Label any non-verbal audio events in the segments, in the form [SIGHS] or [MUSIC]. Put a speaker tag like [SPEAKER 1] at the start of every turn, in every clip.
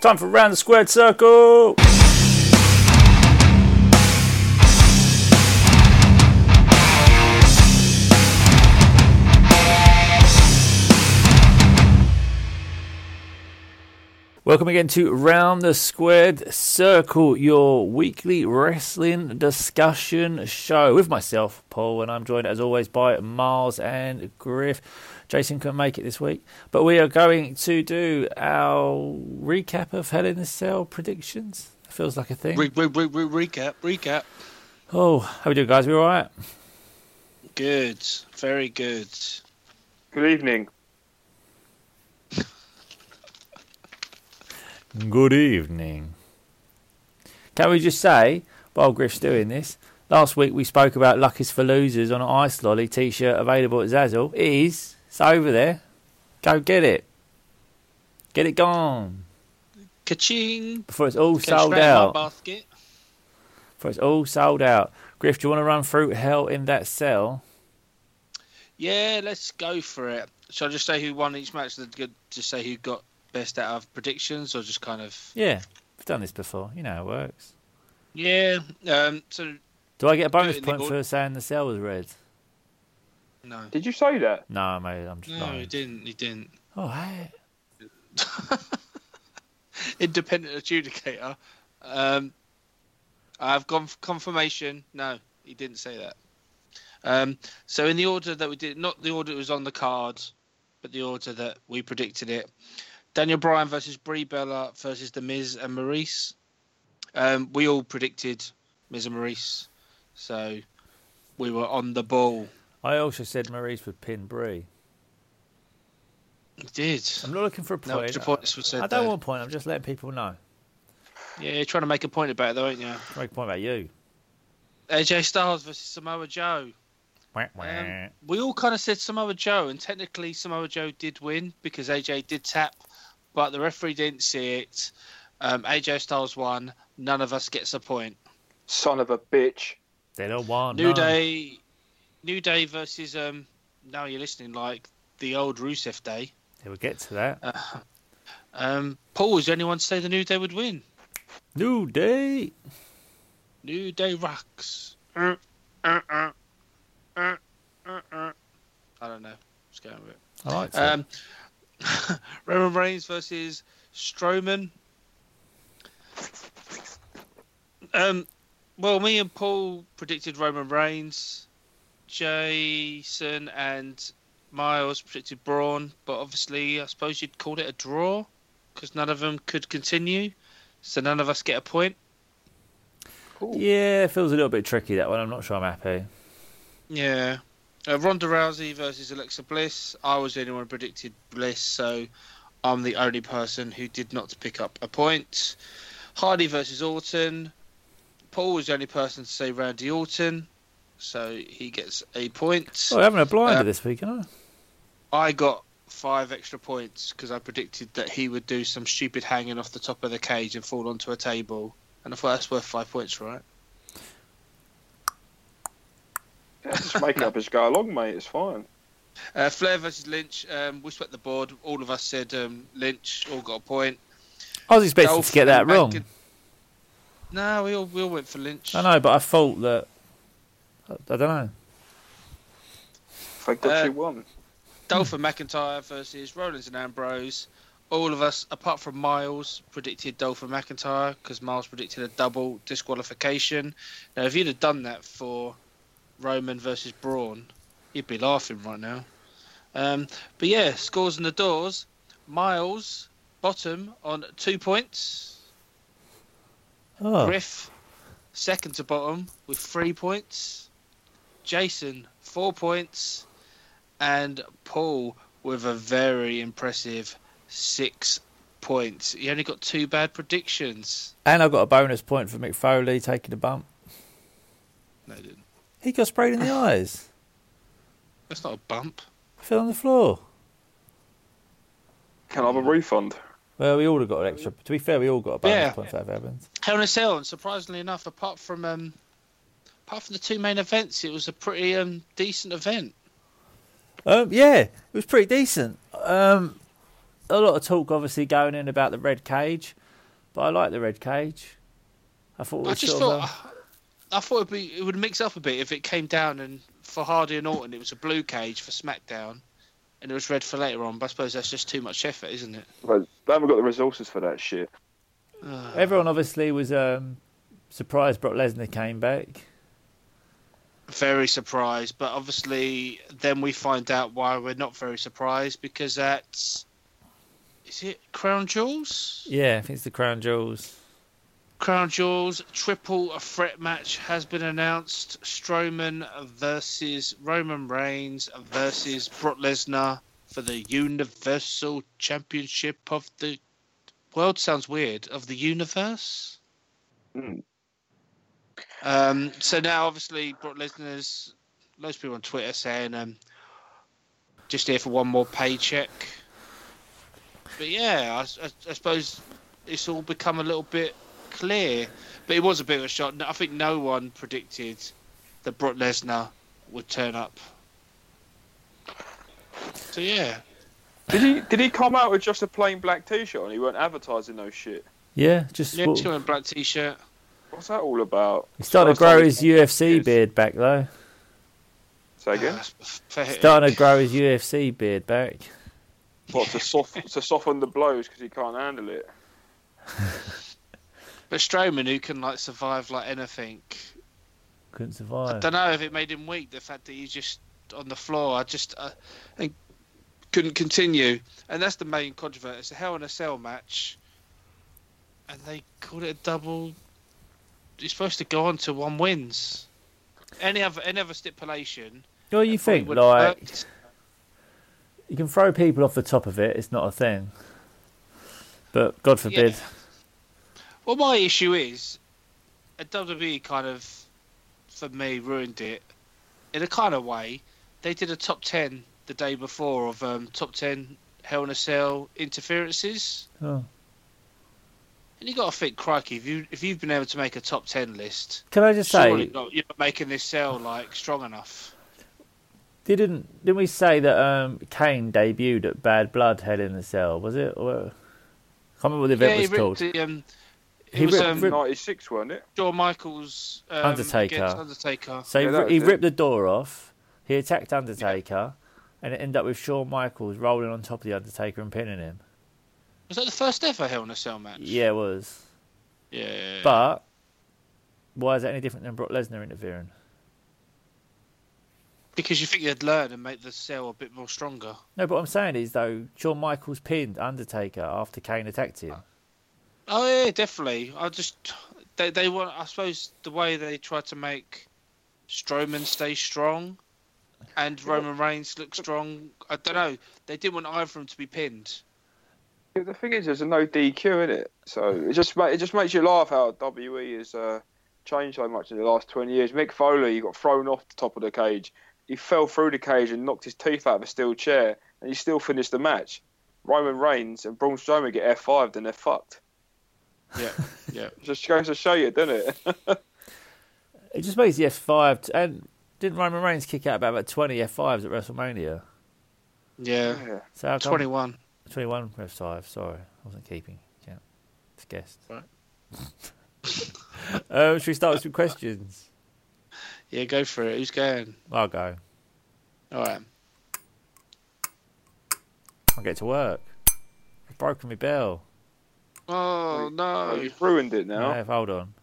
[SPEAKER 1] Time for Round the Squared Circle. Welcome again to Round the Squared Circle, your weekly wrestling discussion show with myself, Paul, and I'm joined as always by Miles and Griff. Jason couldn't make it this week, but we are going to do our recap of Hell in a Cell predictions. Feels like a thing.
[SPEAKER 2] Re- re- re- re- recap, recap.
[SPEAKER 1] Oh, how we doing, guys? We all right?
[SPEAKER 2] Good, very good.
[SPEAKER 3] Good evening.
[SPEAKER 1] Good evening. Can we just say, while Griff's doing this, last week we spoke about Luck is for Losers on an Ice Lolly t shirt available at Zazzle. It is. It's over there. Go get it. Get it gone.
[SPEAKER 2] Kaching.
[SPEAKER 1] Before it's all
[SPEAKER 2] Go
[SPEAKER 1] sold
[SPEAKER 2] straight in my
[SPEAKER 1] out.
[SPEAKER 2] Basket.
[SPEAKER 1] Before it's all sold out. Griff, do you want to run through hell in that cell?
[SPEAKER 2] Yeah, let's go for it. Shall I just say who won each match? Then good- Just say who got best out of predictions, or just kind of
[SPEAKER 1] Yeah. I've done this before. You know how it works.
[SPEAKER 2] yeah. Um, so
[SPEAKER 1] Do I get a bonus
[SPEAKER 2] in the
[SPEAKER 1] point
[SPEAKER 2] order.
[SPEAKER 1] for saying the cell was red?
[SPEAKER 2] no,
[SPEAKER 3] Did you say that?
[SPEAKER 1] No, mate, I'm just
[SPEAKER 2] no, he
[SPEAKER 1] lying.
[SPEAKER 2] didn't. He didn't.
[SPEAKER 1] Oh, hey.
[SPEAKER 2] Independent adjudicator. Um, I've gone for confirmation. No, he didn't say that. Um, so in the order that we did, not the order it was on the card, but the order that we predicted it. Daniel Bryan versus Brie Bella versus The Miz and Maurice. Um, we all predicted Miz and Maurice, so we were on the ball.
[SPEAKER 1] I also said Maurice would pin Bree.
[SPEAKER 2] We did.
[SPEAKER 1] I'm not looking for a
[SPEAKER 2] No,
[SPEAKER 1] point.
[SPEAKER 2] your points were said
[SPEAKER 1] I don't
[SPEAKER 2] though.
[SPEAKER 1] want a point. I'm just letting people know.
[SPEAKER 2] Yeah, you're trying to make a point about it, though, aren't you?
[SPEAKER 1] Make a point about you.
[SPEAKER 2] AJ Styles versus Samoa Joe.
[SPEAKER 1] Wah, wah.
[SPEAKER 2] Um, we all kind of said Samoa Joe, and technically Samoa Joe did win because AJ did tap, but the referee didn't see it. Um, AJ Styles won. None of us gets a point.
[SPEAKER 3] Son of a bitch.
[SPEAKER 1] they don't want
[SPEAKER 2] New
[SPEAKER 1] Oh, no.
[SPEAKER 2] Day, New Day versus um. Now you're listening, like the old Rusev Day.
[SPEAKER 1] They will get to that.
[SPEAKER 2] Um, Paul was the only one to say the New Day would win.
[SPEAKER 1] New Day.
[SPEAKER 2] New Day rocks. Uh, uh, uh, uh, uh, uh. I don't know. Just going with it.
[SPEAKER 1] I like that.
[SPEAKER 2] Um, [LAUGHS] Roman Reigns versus Strowman. Um, well, me and Paul predicted Roman Reigns. Jason and Miles predicted Braun, but obviously, I suppose you'd call it a draw because none of them could continue, so none of us get a point.
[SPEAKER 1] yeah, it feels a little bit tricky that one. I'm not sure I'm happy.
[SPEAKER 2] Yeah. Uh, Ronda Rousey versus Alexa Bliss. I was the only one who predicted Bliss, so I'm the only person who did not pick up a point. Hardy versus Orton. Paul was the only person to say Randy Orton, so he gets a point.
[SPEAKER 1] Oh, I'm having a blinder
[SPEAKER 2] Uh,
[SPEAKER 1] this week, aren't
[SPEAKER 2] I got five extra points because I predicted that he would do some stupid hanging off the top of the cage and fall onto a table. And I thought that's worth five points, right?
[SPEAKER 3] Yeah, just make it up as you go along, mate. It's fine.
[SPEAKER 2] Uh, Flair versus Lynch. Um, we swept the board. All of us said um, Lynch. All got a point.
[SPEAKER 1] I? I was expecting
[SPEAKER 2] Dolph
[SPEAKER 1] to get that
[SPEAKER 2] and Bank
[SPEAKER 1] wrong.
[SPEAKER 2] and- No, we all, we all went for Lynch.
[SPEAKER 1] I know, but I thought that. I, I don't know.
[SPEAKER 3] Thank God
[SPEAKER 2] Uh,
[SPEAKER 3] she won.
[SPEAKER 2] Dolph and McIntyre versus Rollins and Ambrose. All of us, apart from Miles, predicted Dolph and McIntyre because Miles predicted a double disqualification. Now, if you'd have done that for Roman versus Braun, you'd be laughing right now. Um, but yeah, scores in the doors. Miles, bottom on two points.
[SPEAKER 1] Oh,
[SPEAKER 2] Griff, second to bottom with three points. Jason, four points. And Paul with a very impressive six points. He only got two bad predictions.
[SPEAKER 1] and I got a bonus point for Mick Foley taking a bump.
[SPEAKER 2] No, he didn't.
[SPEAKER 1] He got sprayed
[SPEAKER 2] [LAUGHS]
[SPEAKER 1] in the eyes.
[SPEAKER 2] That's not a bump.
[SPEAKER 1] Fell on the floor.
[SPEAKER 3] Can I have a refund?
[SPEAKER 1] Well, we all have got an extra. To be fair, we all got a bonus
[SPEAKER 2] Yeah.
[SPEAKER 1] point if that happens.
[SPEAKER 2] Hell in a Cell, and surprisingly enough, apart from um, apart from the two main events, it was a pretty um, decent event.
[SPEAKER 1] Um, yeah, it was pretty decent. Um, a lot of talk, obviously, going in about the red cage. But I like the red cage. I thought it
[SPEAKER 2] I
[SPEAKER 1] was
[SPEAKER 2] just
[SPEAKER 1] sort of uh, a-
[SPEAKER 2] thought I, I thought it'd be it would mix up a bit if it came down and for Hardy and Orton it was a blue cage for SmackDown, and it was red for later on. But I suppose that's just too much effort, isn't it?
[SPEAKER 3] But they haven't got the resources for that shit.
[SPEAKER 2] Ugh.
[SPEAKER 1] everyone obviously was um, surprised Brock Lesnar came back.
[SPEAKER 2] very surprised, but obviously then we find out why we're not very surprised because that's is it Crown Jewels?
[SPEAKER 1] Yeah, I think it's the Crown Jewels.
[SPEAKER 2] Crown Jewels triple threat match has been announced: Strowman versus Roman Reigns versus Brock Lesnar for the Universal Championship of the World. Sounds weird. Of the universe.
[SPEAKER 3] Mm.
[SPEAKER 2] Um, so now, obviously, Brock Lesnar's loads of people on Twitter saying, um, just here for one more paycheck. But yeah, I s I I I suppose it's all become a little bit clear. But it was a bit of a shock. No- I think no one predicted that Brock Lesnar would turn up. So yeah,
[SPEAKER 3] Did he? Did he come out with just a plain black T-shirt and he weren't advertising no shit?
[SPEAKER 1] Yeah, just
[SPEAKER 2] yeah,
[SPEAKER 1] what-
[SPEAKER 2] he's got a black t-shirt.
[SPEAKER 3] What's that all about?
[SPEAKER 1] he started to
[SPEAKER 3] First time
[SPEAKER 1] grow
[SPEAKER 3] he-
[SPEAKER 1] his UFC
[SPEAKER 3] Yes.
[SPEAKER 1] beard back though.
[SPEAKER 2] [SIGHS]
[SPEAKER 3] Say again.
[SPEAKER 2] Ah,
[SPEAKER 1] Starting to grow his UFC beard back.
[SPEAKER 3] What to, soft, to soften the blows because he can't handle it?
[SPEAKER 2] But Strowman, who can like survive like anything,
[SPEAKER 1] Couldn't
[SPEAKER 2] I
[SPEAKER 1] survive.
[SPEAKER 2] don't know if it made him weak. The fact that he's just on the floor, I just uh, and couldn't continue, and that's the main controversy. It's a Hell in a Cell match, and they called it a double. You're supposed to go on to one wins. Any other any other stipulation?
[SPEAKER 1] What do you
[SPEAKER 2] probably
[SPEAKER 1] think?
[SPEAKER 2] would've
[SPEAKER 1] Like
[SPEAKER 2] worked.
[SPEAKER 1] you can throw people off the top of it. It's not a thing. But God forbid.
[SPEAKER 2] Well, my issue is, a WWE kind of, for me, ruined it in a kind of way. They did a top 10 the day before of um, top 10 Hell in a Cell interferences.
[SPEAKER 1] Oh.
[SPEAKER 2] And you got to think, crikey, if, you, if you've been able to make a top 10 list,
[SPEAKER 1] Can I just say
[SPEAKER 2] surely not, you're not making this cell like strong enough.
[SPEAKER 1] didn't didn't we say that um, Kane debuted at Bad Blood Hell in the Cell? Was it? Or, I can't remember what the event
[SPEAKER 2] yeah, he
[SPEAKER 1] was called.
[SPEAKER 2] ripped the, um, it
[SPEAKER 1] He
[SPEAKER 2] was
[SPEAKER 1] ripped-
[SPEAKER 2] um,
[SPEAKER 1] ripped-
[SPEAKER 3] Ninety-six, weren't it?
[SPEAKER 2] Shawn Michaels um,
[SPEAKER 1] Undertaker.
[SPEAKER 2] against Undertaker.
[SPEAKER 1] So he
[SPEAKER 3] Yeah,
[SPEAKER 1] ri-
[SPEAKER 3] that
[SPEAKER 1] he
[SPEAKER 3] was it.
[SPEAKER 1] ripped the door off. He attacked Undertaker, and it ended up with Shawn Michaels rolling on top of the Undertaker and pinning him.
[SPEAKER 2] Was that the first ever Hell in a Cell match?
[SPEAKER 1] Yeah, it was.
[SPEAKER 2] Yeah.
[SPEAKER 1] But why is that any different than Brock Lesnar interfering?
[SPEAKER 2] Because you think they'd learn and make the cell a bit more stronger.
[SPEAKER 1] No, but what I'm saying is though Shawn Michaels pinned Undertaker after Kane attacked him.
[SPEAKER 2] Oh yeah, definitely. I just they they want. I suppose the way they tried to make Strowman stay strong and Roman Reigns look strong. I don't know. They didn't want either of them to be pinned.
[SPEAKER 3] Yeah, the thing is, there's a no DQ in it, so it just ma- it just makes you laugh how WWE has uh, changed so much in the last 20 years. Mick Foley he got thrown off the top of the cage. He fell through the cage and knocked his teeth out of a steel chair, and he still finished the match. Roman Reigns and Braun Strowman get F5'd and they're fucked.
[SPEAKER 2] Yeah, yeah.
[SPEAKER 3] [LAUGHS] Just goes to show you, doesn't it?
[SPEAKER 1] It just makes the F5 t- and didn't Roman Reigns kick out about, about 20 F5s at WrestleMania?
[SPEAKER 2] Yeah,
[SPEAKER 3] yeah.
[SPEAKER 1] So how come-
[SPEAKER 2] twenty-one.
[SPEAKER 1] 21 F5, sorry. I wasn't keeping count. It's guessed.
[SPEAKER 2] Right.
[SPEAKER 1] [LAUGHS] um, should we start with some questions?
[SPEAKER 2] Yeah, go for it. Who's going?
[SPEAKER 1] I'll go.
[SPEAKER 2] All right.
[SPEAKER 1] I'll get to work. I've broken my bell.
[SPEAKER 2] Oh
[SPEAKER 3] Oh,
[SPEAKER 2] no!
[SPEAKER 3] you've ruined it now.
[SPEAKER 1] No. hold on.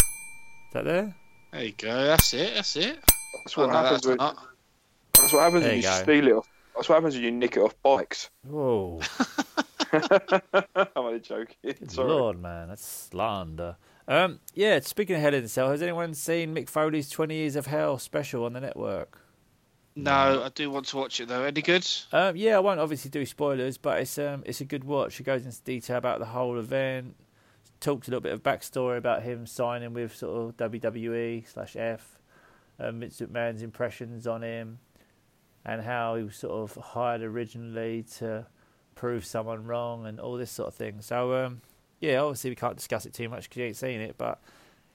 [SPEAKER 1] Is that there?
[SPEAKER 2] There you go. That's it. That's it.
[SPEAKER 3] That's
[SPEAKER 2] Oh,
[SPEAKER 3] what
[SPEAKER 2] no,
[SPEAKER 3] happens.
[SPEAKER 2] that's
[SPEAKER 3] When,
[SPEAKER 2] not.
[SPEAKER 3] that's what happens
[SPEAKER 1] There
[SPEAKER 3] when you
[SPEAKER 1] you go.
[SPEAKER 3] steal it. Off, that's what happens when you nick it off bikes. [LAUGHS]
[SPEAKER 1] Whoa.
[SPEAKER 3] I'm only joking.
[SPEAKER 1] Good
[SPEAKER 3] Sorry.
[SPEAKER 1] lord, man. That's slander. Um, yeah, speaking of Hell in a Cell, has anyone seen Mick Foley's 20 Years of Hell special on the network?
[SPEAKER 2] No, I do want to watch it though. Any good?
[SPEAKER 1] Um, yeah, I won't obviously do spoilers, but it's um, it's a good watch. It goes into detail about the whole event, talks a little bit of backstory about him signing with sort of WWE slash F, um, Vince McMahon's impressions on him, and how he was sort of hired originally to prove someone wrong and all this sort of thing. So um, yeah, obviously we can't discuss it too much because you ain't seen it, but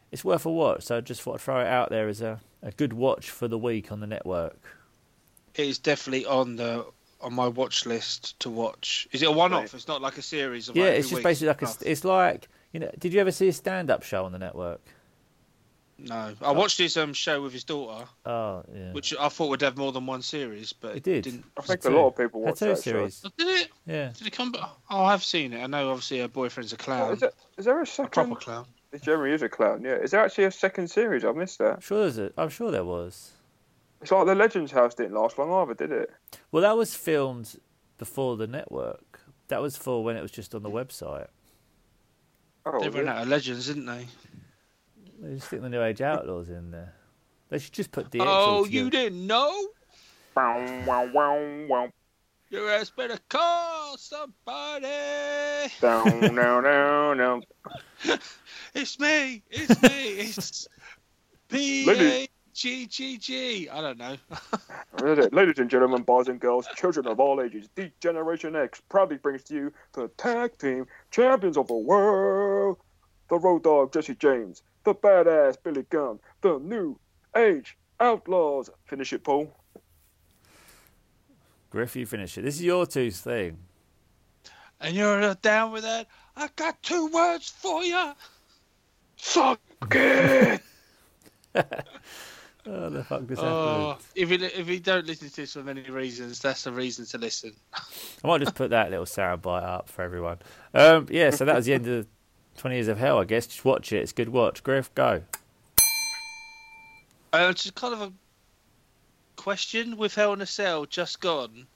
[SPEAKER 1] it's worth a watch. So I just thought I'd throw it out there as a, a good watch for the week on the network.
[SPEAKER 2] It is definitely on the on my watch list to watch. Is it a one-off? It's not like a series. Of
[SPEAKER 1] Yeah,
[SPEAKER 2] like
[SPEAKER 1] it's
[SPEAKER 2] every
[SPEAKER 1] just
[SPEAKER 2] week?
[SPEAKER 1] basically like a,
[SPEAKER 2] Oh,
[SPEAKER 1] it's like you know. Did you ever see a stand-up show on the network?
[SPEAKER 2] no. I watched his um show with his daughter,
[SPEAKER 1] Oh, yeah.
[SPEAKER 2] which I thought would have more than one series, but
[SPEAKER 1] It did.
[SPEAKER 2] Didn't.
[SPEAKER 3] I think
[SPEAKER 1] Had
[SPEAKER 3] a
[SPEAKER 1] two.
[SPEAKER 3] lot of people
[SPEAKER 1] Had
[SPEAKER 3] watch
[SPEAKER 1] two
[SPEAKER 3] that show.
[SPEAKER 1] series.
[SPEAKER 2] Oh, Did it?
[SPEAKER 1] Yeah.
[SPEAKER 2] Did it come back? Oh, I've seen it. I know. Obviously, her boyfriend's a
[SPEAKER 3] Oh,
[SPEAKER 2] clown,
[SPEAKER 3] is, there, is there a
[SPEAKER 2] Um, a proper
[SPEAKER 3] second?
[SPEAKER 2] clown.
[SPEAKER 3] It generally is a clown. Yeah. Is there actually a second series? I missed that.
[SPEAKER 1] I'm sure there's a, I'm sure there was.
[SPEAKER 3] It's like the Legends House didn't last long either, did it?
[SPEAKER 1] Well, that was filmed before the network. That was for when it was just on the website.
[SPEAKER 3] Oh,
[SPEAKER 2] they
[SPEAKER 3] was it?
[SPEAKER 2] ran out of legends, didn't they?
[SPEAKER 1] They just stick the New Age Outlaws in there. They should just put DX.
[SPEAKER 2] oh, you
[SPEAKER 1] altogether.
[SPEAKER 2] didn't know?
[SPEAKER 3] Wow, wow, wow, wow.
[SPEAKER 2] Your ass better call somebody.
[SPEAKER 3] Down, down, down, down.
[SPEAKER 2] It's me.
[SPEAKER 1] [LAUGHS]
[SPEAKER 2] It's me. It's P A G G G. I don't know.
[SPEAKER 3] What is it? Ladies and gentlemen, boys and girls, children of all ages, the Generation X proudly brings to you the tag team champions of the world, the Road Dog Jesse James, the badass Billy Gunn, the New Age Outlaws. Finish it, Paul.
[SPEAKER 1] Griff, you finish it. This is your two's thing.
[SPEAKER 2] And you're uh, down with that? I got two words for you.
[SPEAKER 3] Suck it.
[SPEAKER 1] Oh, the fuck this
[SPEAKER 2] Oh,
[SPEAKER 1] happened.
[SPEAKER 2] if you if you don't listen to this for many reasons, that's a reason to listen.
[SPEAKER 1] I might just put that little soundbite up for everyone. Um, yeah, so that was the end of 20 Years of Hell, I guess. Just watch it. It's a good watch. Griff, go.
[SPEAKER 2] Uh, it's just kind of a question with Hell in a Cell just gone.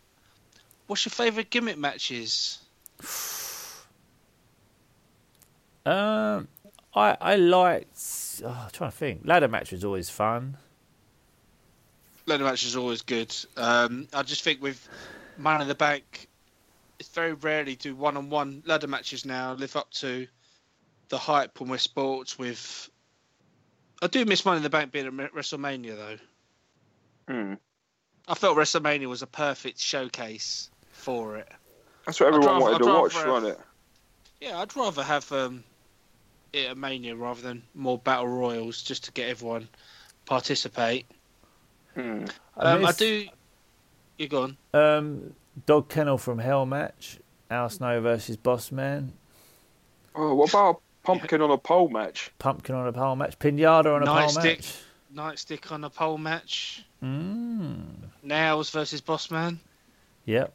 [SPEAKER 2] What's your favourite gimmick matches?
[SPEAKER 1] Um, I I liked. Oh, I'm trying to think. Ladder match was always fun.
[SPEAKER 2] Ladder match is always good. Um, I just think with Man in the Bank, it's very rarely do one-on-one ladder matches now live up to the hype when we're sports. With I do miss Man in the Bank being at WrestleMania though.
[SPEAKER 3] Hmm.
[SPEAKER 2] I felt WrestleMania was a perfect showcase for it.
[SPEAKER 3] That's what everyone
[SPEAKER 2] rather-
[SPEAKER 3] wanted to
[SPEAKER 2] I'd rather-
[SPEAKER 3] watch, wasn't it?
[SPEAKER 2] Yeah, I'd rather have um, it a mania rather than more battle royals, just to get everyone participate.
[SPEAKER 3] Hmm.
[SPEAKER 1] I
[SPEAKER 2] Um, I
[SPEAKER 1] miss-
[SPEAKER 2] do. You're gone.
[SPEAKER 1] Um, dog kennel from hell match. Al Snow versus Boss Man.
[SPEAKER 3] Oh, what about a pumpkin on a pole match?
[SPEAKER 1] Pumpkin on a pole match. Pinata on a pole
[SPEAKER 2] Nightstick.
[SPEAKER 1] match.
[SPEAKER 2] Nightstick on a pole match.
[SPEAKER 1] Mm.
[SPEAKER 2] Nails versus Bossman.
[SPEAKER 1] Yep.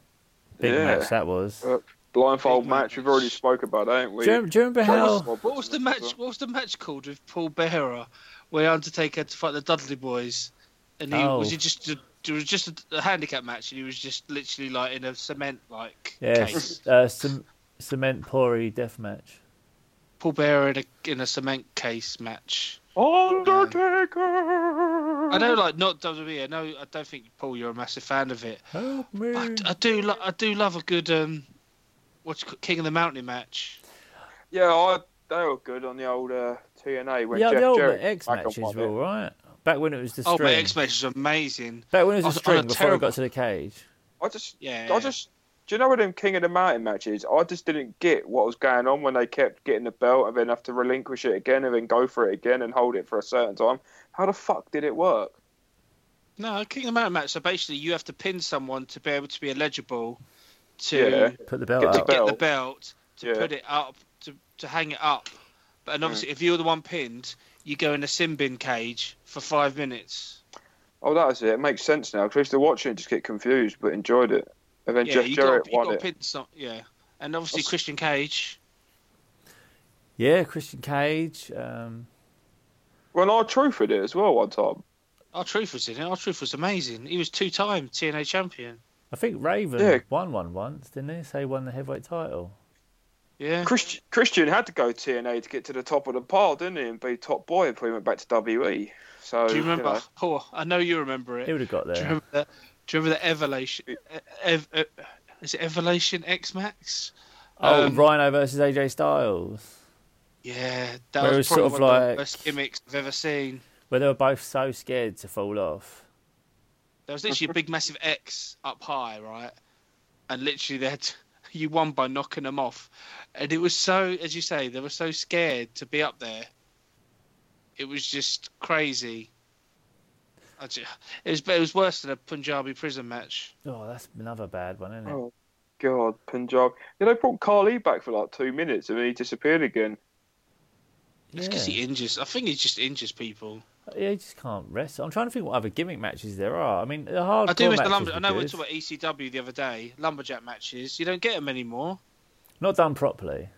[SPEAKER 1] Big
[SPEAKER 3] Yeah.
[SPEAKER 1] match that was.
[SPEAKER 3] Uh, Blindfold
[SPEAKER 2] Big
[SPEAKER 3] match.
[SPEAKER 2] match.
[SPEAKER 3] We've already spoke about that, haven't we?
[SPEAKER 1] do, you, do you remember how?
[SPEAKER 2] What was the match? What was the match called with Paul Bearer, where Undertaker had to fight the Dudley Boys, and he
[SPEAKER 1] Oh.
[SPEAKER 2] was he just a, it was just a, a handicap match, and he was just literally like in a cement like case.
[SPEAKER 1] Yes. Uh, cem- cement Pori death match.
[SPEAKER 2] Paul Bearer in a in a cement case match.
[SPEAKER 3] Undertaker.
[SPEAKER 2] I know, like not WWE. I know. I don't think Paul, you're a massive fan of it.
[SPEAKER 1] Help me.
[SPEAKER 2] But I
[SPEAKER 3] uh, Mm.
[SPEAKER 2] d- I, do. Lo- I do love a good um, what's it called? King of the Mountain match.
[SPEAKER 3] Yeah, I, they were good on the old uh, TNA when
[SPEAKER 1] yeah,
[SPEAKER 3] Jeff
[SPEAKER 1] the old
[SPEAKER 3] Jarrett
[SPEAKER 1] X
[SPEAKER 3] back on
[SPEAKER 1] matches
[SPEAKER 3] one
[SPEAKER 1] were
[SPEAKER 3] bit.
[SPEAKER 1] all right. Back when it was the
[SPEAKER 2] Oh,
[SPEAKER 1] string.
[SPEAKER 2] but X match is amazing.
[SPEAKER 1] Back when it was
[SPEAKER 2] On-
[SPEAKER 1] the
[SPEAKER 2] on
[SPEAKER 1] string
[SPEAKER 2] a
[SPEAKER 1] before it
[SPEAKER 2] terrible-
[SPEAKER 1] got to the cage.
[SPEAKER 3] I just,
[SPEAKER 2] Yeah.
[SPEAKER 3] I just, do you know what them King of the Mountain matches? I just didn't get what was going on when they kept getting the belt and then have to relinquish it again and then go for it again and hold it for a certain time. How the fuck did it work?
[SPEAKER 2] no King of the Mountain match. So basically, you have to pin someone to be able to be eligible to
[SPEAKER 3] Yeah.
[SPEAKER 1] Put the belt
[SPEAKER 3] Get the
[SPEAKER 1] out.
[SPEAKER 2] get
[SPEAKER 3] belt.
[SPEAKER 2] the belt to
[SPEAKER 3] Yeah. Mm.
[SPEAKER 2] put it up to to hang it up. But and obviously, if you're the one pinned, you go in a sin bin cage for five minutes.
[SPEAKER 3] Oh, that was it. It makes sense now because I used to watch it and just get confused, but enjoyed it. And then
[SPEAKER 2] yeah,
[SPEAKER 3] Jeff
[SPEAKER 2] you
[SPEAKER 3] Jarrett
[SPEAKER 2] got you
[SPEAKER 3] won
[SPEAKER 2] got
[SPEAKER 3] it.
[SPEAKER 2] pinned. Some, yeah, and obviously
[SPEAKER 3] That's-
[SPEAKER 2] Christian Cage.
[SPEAKER 1] Yeah, Christian Cage. Um,
[SPEAKER 3] Well, our truth with it as well one time.
[SPEAKER 2] Our truth was in it. Our truth was amazing. He was two-time TNA champion.
[SPEAKER 1] I think Raven
[SPEAKER 3] Yeah.
[SPEAKER 1] won one once, didn't he? So he won the heavyweight title.
[SPEAKER 2] Yeah,
[SPEAKER 3] Christian, Christian had to go TNA to get to the top of the pile, didn't he? And be top boy before he went back to WWE. So
[SPEAKER 2] do you remember?
[SPEAKER 3] know.
[SPEAKER 2] Paul, I know you remember
[SPEAKER 1] He
[SPEAKER 2] it.
[SPEAKER 1] would have got
[SPEAKER 2] Do you
[SPEAKER 1] there.
[SPEAKER 2] remember that? Do you remember the Evolution? Ev, ev, is it Evolution X Max?
[SPEAKER 1] Oh,
[SPEAKER 2] Um,
[SPEAKER 1] Rhino versus AJ Styles,
[SPEAKER 2] Yeah, that
[SPEAKER 1] Where it was
[SPEAKER 2] was probably
[SPEAKER 1] sort of
[SPEAKER 2] one of
[SPEAKER 1] like-
[SPEAKER 2] the best gimmicks I've ever seen.
[SPEAKER 1] where they were both so scared to fall off.
[SPEAKER 2] There was literally a big, massive X up high, right? And literally, they had to- [LAUGHS] you won by knocking them off. And it was so, as you say, they were so scared to be up there. It was just crazy. I ju- It was it was worse than a Punjabi prison match.
[SPEAKER 1] Oh, that's another bad one, isn't it?
[SPEAKER 3] Oh God, Punjab. Yeah, they brought Carly back for like two minutes and then he disappeared again.
[SPEAKER 2] It's because he injures. I think he just injures people.
[SPEAKER 1] Yeah, you just can't rest. I'm trying to think what other gimmick matches there are. I mean, the hard.
[SPEAKER 2] I do miss the lumber. I know we talked about ECW the other day. Lumberjack matches. You don't get them anymore.
[SPEAKER 1] Not done properly.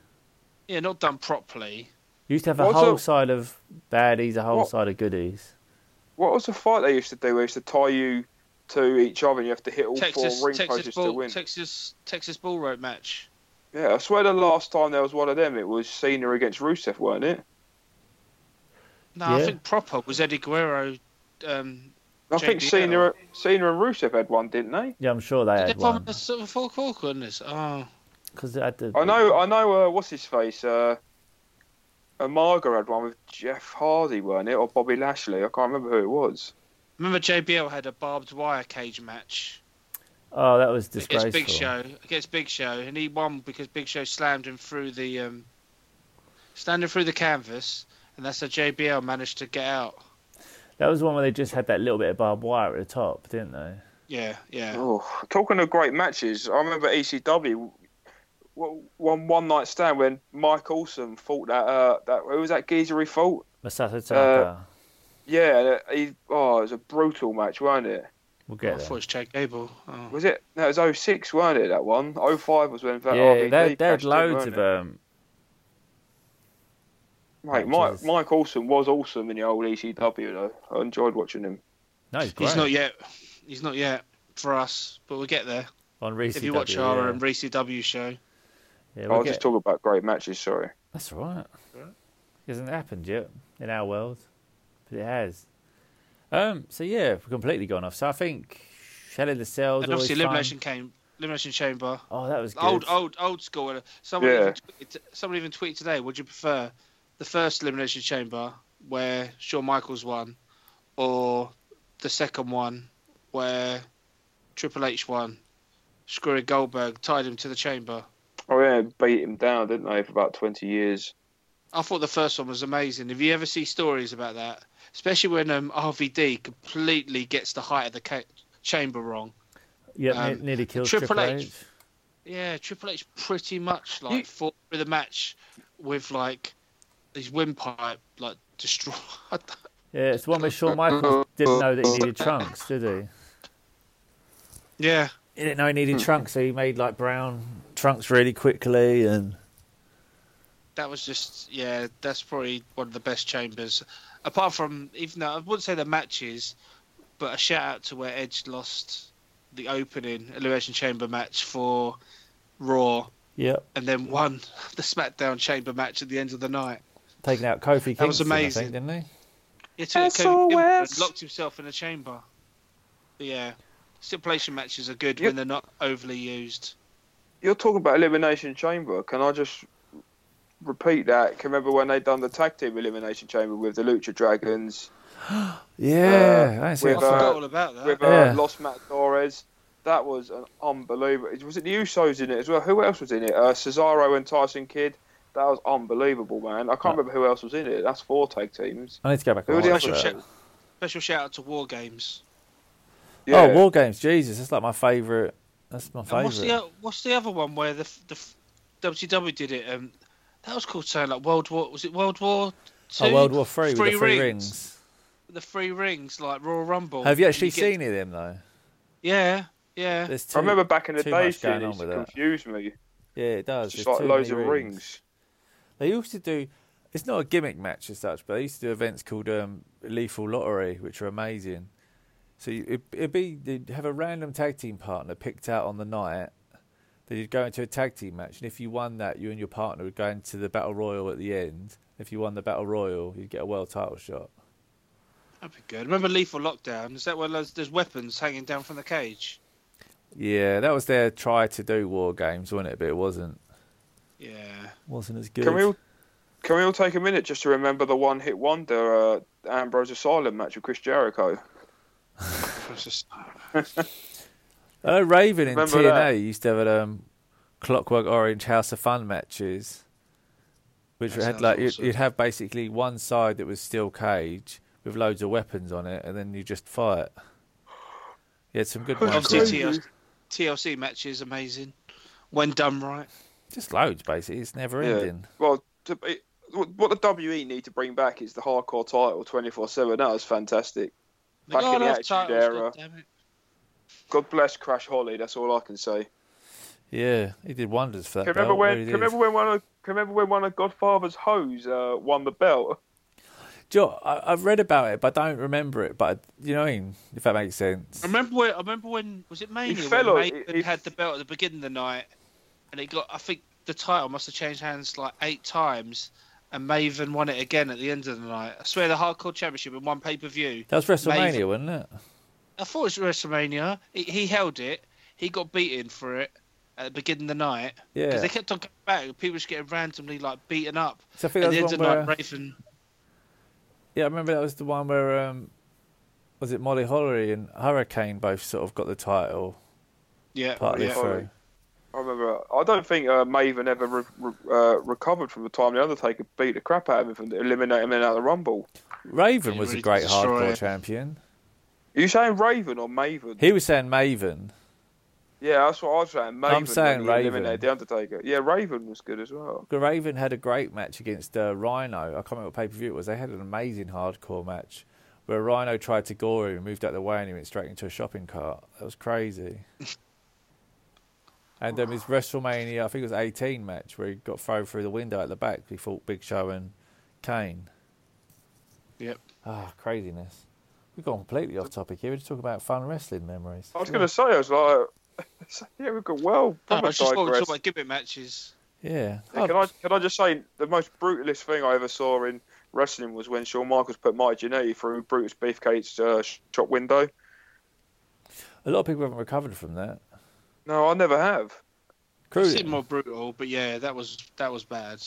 [SPEAKER 2] Yeah, not done properly.
[SPEAKER 1] You used to have a
[SPEAKER 3] What's
[SPEAKER 1] whole
[SPEAKER 3] up?
[SPEAKER 1] side of baddies, a whole
[SPEAKER 3] What?
[SPEAKER 1] side of goodies.
[SPEAKER 3] What was the fight they used to do? Where they used to tie you to each other and you have to hit all
[SPEAKER 2] Texas
[SPEAKER 3] four ring
[SPEAKER 2] Texas
[SPEAKER 3] posts to
[SPEAKER 2] bull
[SPEAKER 3] win.
[SPEAKER 2] Texas Texas bull rope match.
[SPEAKER 3] yeah, I swear the last time there was one of them, it was Cena against Rusev, weren't it?
[SPEAKER 2] No, I
[SPEAKER 1] Yeah.
[SPEAKER 2] think proper was Eddie Guerrero. Um,
[SPEAKER 3] I think
[SPEAKER 2] JBL.
[SPEAKER 3] Cena, Cena and Rusev had one, didn't they?
[SPEAKER 1] Yeah, I'm sure they
[SPEAKER 2] did they
[SPEAKER 1] had one
[SPEAKER 2] bomb us at the four corner? Oh,
[SPEAKER 1] because they had the.
[SPEAKER 3] I know, I know. Uh, what's his face? Uh, Amaga had one with Jeff Hardy, weren't it, or Bobby Lashley? I can't remember who it was.
[SPEAKER 2] remember JBL had a barbed wire cage match
[SPEAKER 1] Oh, that was disgraceful.
[SPEAKER 2] against Big Show. Against Big Show, and he won because Big Show slammed him through the um, standing through the canvas, and that's how JBL managed to get out.
[SPEAKER 1] That was one where they just had that little bit of barbed wire at the top, didn't they?
[SPEAKER 2] Yeah, yeah.
[SPEAKER 3] Oh, talking of great matches, I remember ECW. w- One one night stand when Mike Awesome fought that uh, that who was that geezer he fought?
[SPEAKER 2] Uh,
[SPEAKER 1] Masato Tanaka.
[SPEAKER 3] Yeah, he oh it was a brutal match, weren't it?
[SPEAKER 1] we'll
[SPEAKER 2] I
[SPEAKER 1] get
[SPEAKER 2] thought it
[SPEAKER 1] there.
[SPEAKER 2] was Chad Gable. Oh.
[SPEAKER 3] Was it? No, it was 06, weren't it? That one. 05 was when that
[SPEAKER 1] Yeah,
[SPEAKER 3] RVD
[SPEAKER 1] they, they had
[SPEAKER 3] cashed in,
[SPEAKER 1] loads
[SPEAKER 3] weren't
[SPEAKER 1] of
[SPEAKER 3] it?
[SPEAKER 1] um.
[SPEAKER 3] Mate, Mike
[SPEAKER 1] matches.
[SPEAKER 3] Mike Awesome was awesome in the old ECW though. I enjoyed watching him.
[SPEAKER 1] No, he's great.
[SPEAKER 2] He's not yet. He's not yet for us, but we'll get there.
[SPEAKER 1] on RCW.
[SPEAKER 2] if you watch
[SPEAKER 1] E yeah.
[SPEAKER 2] our um, ECW show.
[SPEAKER 1] Yeah,
[SPEAKER 3] I
[SPEAKER 1] we'll
[SPEAKER 3] was
[SPEAKER 1] get-
[SPEAKER 3] just talking about great matches. Sorry.
[SPEAKER 1] That's all right.
[SPEAKER 2] Right.
[SPEAKER 1] It hasn't happened yet in our world, but it has. Um. So yeah, we've completely gone off. So I think Hell in the Cells.
[SPEAKER 2] And obviously,
[SPEAKER 1] always fun.
[SPEAKER 2] Elimination came, Elimination Chamber.
[SPEAKER 1] Oh, that was good.
[SPEAKER 2] Old, old, old school. uh, Someone,
[SPEAKER 3] Yeah.
[SPEAKER 2] even tweeted, someone even tweeted today. Would you prefer the first Elimination Chamber where Shawn Michaels won, or the second one where Triple H won? Screwy Goldberg tied him to the chamber.
[SPEAKER 3] Oh yeah, beat him down, didn't they, for about twenty years?
[SPEAKER 2] I thought the first one was amazing. If you ever see stories about that, especially when um, RVD completely gets the height of the ca- chamber wrong.
[SPEAKER 1] Yeah,
[SPEAKER 2] um,
[SPEAKER 1] ne- nearly kills
[SPEAKER 2] Triple
[SPEAKER 1] Triple,
[SPEAKER 2] H.
[SPEAKER 1] H.
[SPEAKER 2] Yeah, Triple H pretty much like
[SPEAKER 3] You-
[SPEAKER 2] fought through the match with like his windpipe like [LAUGHS] destroyed.
[SPEAKER 1] Yeah, it's one where Shawn Michaels didn't know that he needed trunks, did he?
[SPEAKER 2] yeah,
[SPEAKER 1] He didn't know he
[SPEAKER 3] Hmm.
[SPEAKER 1] needed trunks, so he made like brown trunks really quickly, and
[SPEAKER 2] that was just yeah. That's probably one of the best chambers, apart from even though I wouldn't say the matches, but a shout out to where Edge lost the opening Elimination Chamber match for Raw,
[SPEAKER 1] yeah,
[SPEAKER 2] and then won [LAUGHS] the SmackDown Chamber match at the end of the night.
[SPEAKER 1] taking out Kofi Kingston.
[SPEAKER 2] That was
[SPEAKER 1] I think,
[SPEAKER 2] amazing.
[SPEAKER 1] didn't he?
[SPEAKER 2] He took a COVID
[SPEAKER 3] SOS.
[SPEAKER 2] and locked himself in a chamber. But yeah, stipulation matches are good
[SPEAKER 3] Yep.
[SPEAKER 2] when they're not overly used.
[SPEAKER 3] You're talking about Elimination Chamber. Can I just repeat that? Can you remember when they done the tag team Elimination Chamber with the Lucha Dragons,
[SPEAKER 1] Yeah, I didn't see
[SPEAKER 2] I
[SPEAKER 3] with,
[SPEAKER 1] it.
[SPEAKER 2] forgot
[SPEAKER 3] uh,
[SPEAKER 2] all about that.
[SPEAKER 3] with uh,
[SPEAKER 1] Yeah.
[SPEAKER 3] Los Matadores? That was an unbelievable. Was it the Usos in it as well? Who else was in it? Uh, Cesaro and Tyson Kidd. That was unbelievable, man. I can't remember who else was in it. That's four tag teams.
[SPEAKER 1] I need to go back
[SPEAKER 3] Who
[SPEAKER 1] and
[SPEAKER 3] the
[SPEAKER 1] watch
[SPEAKER 3] actual
[SPEAKER 1] that.
[SPEAKER 2] shit- Special shout out to War Games.
[SPEAKER 3] Yeah.
[SPEAKER 1] Oh, War Games, Jesus, that's like my favourite. That's my
[SPEAKER 2] And
[SPEAKER 1] favourite.
[SPEAKER 2] what's the o- what's the other one where the f- the f- WCW did it? Um, that was called something like World War. Was it World War? Two?
[SPEAKER 1] Oh, World War Three with
[SPEAKER 2] Three
[SPEAKER 1] the three rings.
[SPEAKER 2] rings. The three rings, like Royal Rumble.
[SPEAKER 1] Have you
[SPEAKER 2] And
[SPEAKER 1] actually
[SPEAKER 2] get-
[SPEAKER 1] seen any of them though?
[SPEAKER 2] Yeah, yeah.
[SPEAKER 1] There's two.
[SPEAKER 3] I remember back in the
[SPEAKER 1] too
[SPEAKER 3] day,
[SPEAKER 1] much going
[SPEAKER 3] seeing it
[SPEAKER 1] on
[SPEAKER 3] used
[SPEAKER 1] with
[SPEAKER 3] to
[SPEAKER 1] that.
[SPEAKER 3] confuse me.
[SPEAKER 1] Yeah, it does.
[SPEAKER 3] It's just
[SPEAKER 1] There's
[SPEAKER 3] like
[SPEAKER 1] too
[SPEAKER 3] loads of
[SPEAKER 1] many
[SPEAKER 3] rings.
[SPEAKER 1] They used to do. It's not a gimmick match as such, but they used to do events called um, Lethal Lottery, which are amazing. So you, it, it'd be they'd have a random tag team partner picked out on the night. Then you'd go into a tag team match, and if you won that, you and your partner would go into the battle royal at the end. If you won the battle royal, you'd get a world title shot.
[SPEAKER 2] That'd be good. Remember Lethal Lockdown? Is that where there's, there's weapons hanging down from the cage?
[SPEAKER 1] Yeah, that was their try to do war games, wasn't it? But it wasn't
[SPEAKER 2] Yeah.
[SPEAKER 1] wasn't as good.
[SPEAKER 3] Can we all, can we all take a minute just to remember the one hit wonder uh, Ambrose Asylum match with Chris Jericho?
[SPEAKER 1] I know Oh, Raven in
[SPEAKER 3] Remember
[SPEAKER 1] TNA
[SPEAKER 3] that?
[SPEAKER 1] used to have um, Clockwork Orange House of Fun matches, which
[SPEAKER 2] That
[SPEAKER 1] had
[SPEAKER 2] sounds
[SPEAKER 1] like you'd,
[SPEAKER 2] awesome.
[SPEAKER 1] you'd have basically one side that was steel cage with loads of weapons on it, and then you just fight. Yeah, it's some good
[SPEAKER 3] Who's
[SPEAKER 1] ones.
[SPEAKER 2] Obviously,
[SPEAKER 1] right?
[SPEAKER 3] crazy?
[SPEAKER 2] TLC, TLC match is amazing when done right.
[SPEAKER 1] Just loads, basically. It's never
[SPEAKER 3] Yeah.
[SPEAKER 1] ending.
[SPEAKER 3] Well, to, be- what what the WE need to bring back is the hardcore title 24 7. That was fantastic.
[SPEAKER 2] They
[SPEAKER 3] Back in
[SPEAKER 2] gotta
[SPEAKER 3] the
[SPEAKER 2] have
[SPEAKER 3] Attitude
[SPEAKER 2] titles,
[SPEAKER 3] Era.
[SPEAKER 2] goddammit.
[SPEAKER 3] God bless Crash Holly. That's all I can say.
[SPEAKER 1] Yeah, he did wonders for that.
[SPEAKER 3] Can you remember
[SPEAKER 1] belt,
[SPEAKER 3] when?
[SPEAKER 1] really
[SPEAKER 3] Can you
[SPEAKER 1] did.
[SPEAKER 3] remember when one of? Can you remember when one of Godfather's hoes uh, won the belt?
[SPEAKER 1] Do you know, I, I've read about it, but I don't remember it. But you know what I mean? If that makes sense.
[SPEAKER 2] I remember when I remember when was it Mania
[SPEAKER 3] fell on-
[SPEAKER 2] when
[SPEAKER 3] it-
[SPEAKER 2] Maven
[SPEAKER 3] it-
[SPEAKER 2] had the belt at the beginning of the night, and it got I think the title must have changed hands like eight times, and Maven won it again at the end of the night. I swear the Hardcore Championship in one pay per view.
[SPEAKER 1] That was WrestleMania,
[SPEAKER 2] Maven.
[SPEAKER 1] wasn't it?
[SPEAKER 2] I thought it was WrestleMania. He, he held it. He got beaten for it at the beginning of the night because
[SPEAKER 1] Yeah.
[SPEAKER 2] they kept on going back. People just getting randomly like beaten up.
[SPEAKER 1] So I think
[SPEAKER 2] At
[SPEAKER 1] that
[SPEAKER 2] the end
[SPEAKER 1] was
[SPEAKER 2] of
[SPEAKER 1] the
[SPEAKER 2] the
[SPEAKER 1] one where,
[SPEAKER 2] night, Raven.
[SPEAKER 1] yeah, I remember that was the one where um, was it Molly Holly and Hurricane both sort of got the title
[SPEAKER 2] Yeah,
[SPEAKER 1] partly
[SPEAKER 2] yeah.
[SPEAKER 1] through.
[SPEAKER 3] I remember. I don't think uh, Maven ever re- re- uh, recovered from the time the Undertaker beat the crap out of him from eliminating him out of the Rumble.
[SPEAKER 1] Raven
[SPEAKER 2] He
[SPEAKER 1] was a
[SPEAKER 2] really
[SPEAKER 1] great
[SPEAKER 2] destroyed
[SPEAKER 1] hardcore
[SPEAKER 2] it.
[SPEAKER 1] champion.
[SPEAKER 3] Are you saying Raven or Maven?
[SPEAKER 1] He was saying Maven.
[SPEAKER 3] yeah, that's what I was saying. Maven.
[SPEAKER 1] I'm saying
[SPEAKER 3] when he
[SPEAKER 1] Raven.
[SPEAKER 3] Eliminated the Undertaker. Yeah, Raven was good as well.
[SPEAKER 1] Raven had a great match against uh, Rhino. I can't remember what pay per view it was. They had an amazing hardcore match where Rhino tried to gore him, moved out the way, and he went straight into a shopping cart. That was
[SPEAKER 2] [LAUGHS]
[SPEAKER 1] crazy. and um, his WrestleMania, I think it was 18 match, where he got thrown through the window at the back. He fought Big Show and Kane.
[SPEAKER 2] Yep.
[SPEAKER 1] Ah, craziness. We've gone completely off topic here. We're just talking about fun wrestling memories.
[SPEAKER 3] I was going to say, I was like, [LAUGHS] yeah, we've got well.
[SPEAKER 2] No, I
[SPEAKER 3] proper
[SPEAKER 2] was just wanting to
[SPEAKER 3] digressed.
[SPEAKER 2] talk about gimmick matches.
[SPEAKER 1] Yeah.
[SPEAKER 3] Yeah, can I can I just say the most brutalist thing I ever saw in wrestling was when Shawn Michaels put Mike Jannetty through Brutus Beefcake's uh, sh- shop window.
[SPEAKER 1] A lot of people haven't recovered from that.
[SPEAKER 3] No, I never have.
[SPEAKER 2] It's
[SPEAKER 1] Crude.
[SPEAKER 2] a bit more brutal, but yeah, that was that was bad.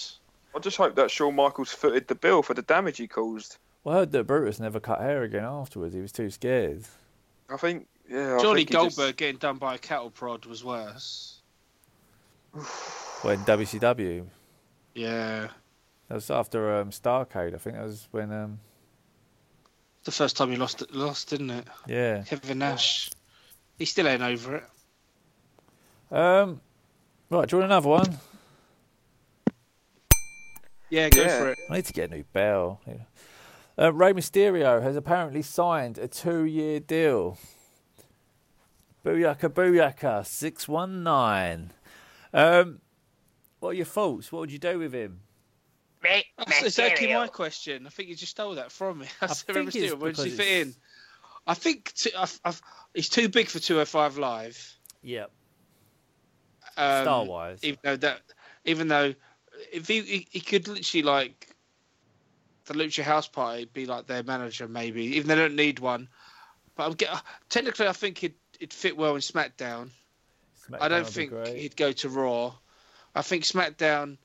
[SPEAKER 3] I just hope that Shawn Michaels footed the bill for the damage he caused.
[SPEAKER 1] Well, I heard that Brutus never cut hair again afterwards. He was too scared.
[SPEAKER 3] I think, yeah. I
[SPEAKER 2] Johnny
[SPEAKER 3] think he just-
[SPEAKER 2] Goldberg getting done by a cattle prod was worse.
[SPEAKER 1] Well, in WCW.
[SPEAKER 2] Yeah,
[SPEAKER 1] That was after um, Starcade. I think that was when, um,
[SPEAKER 2] the first time he lost, it lost, didn't it?
[SPEAKER 1] yeah.
[SPEAKER 2] Kevin Nash, he still ain't over it.
[SPEAKER 1] Um, right, do you want another one?
[SPEAKER 2] Yeah, go
[SPEAKER 3] Yeah.
[SPEAKER 2] for it.
[SPEAKER 1] I need to get a new bell. Yeah. Uh, Rey Mysterio has apparently signed a two-year deal. Booyaka, booyaka, six one nine. Um, what are your thoughts? What would you do with him?
[SPEAKER 2] That's exactly my question. I think you just stole that from me. [LAUGHS] I,
[SPEAKER 1] I
[SPEAKER 2] said,
[SPEAKER 1] think
[SPEAKER 2] Rey
[SPEAKER 1] it's
[SPEAKER 2] Mysterio, where does he
[SPEAKER 1] because
[SPEAKER 2] fit in?
[SPEAKER 1] it's-
[SPEAKER 2] I think t- I've, I've, he's too big for 205 Live.
[SPEAKER 1] Yeah,
[SPEAKER 2] Um,
[SPEAKER 1] Star wise.
[SPEAKER 2] even though that, even though if he, he, he could literally like the Lucha House Party be like their manager maybe, even they don't need one. But I'm get, technically I think he'd it'd fit well in SmackDown. I don't think he'd go to Raw. I think SmackDown.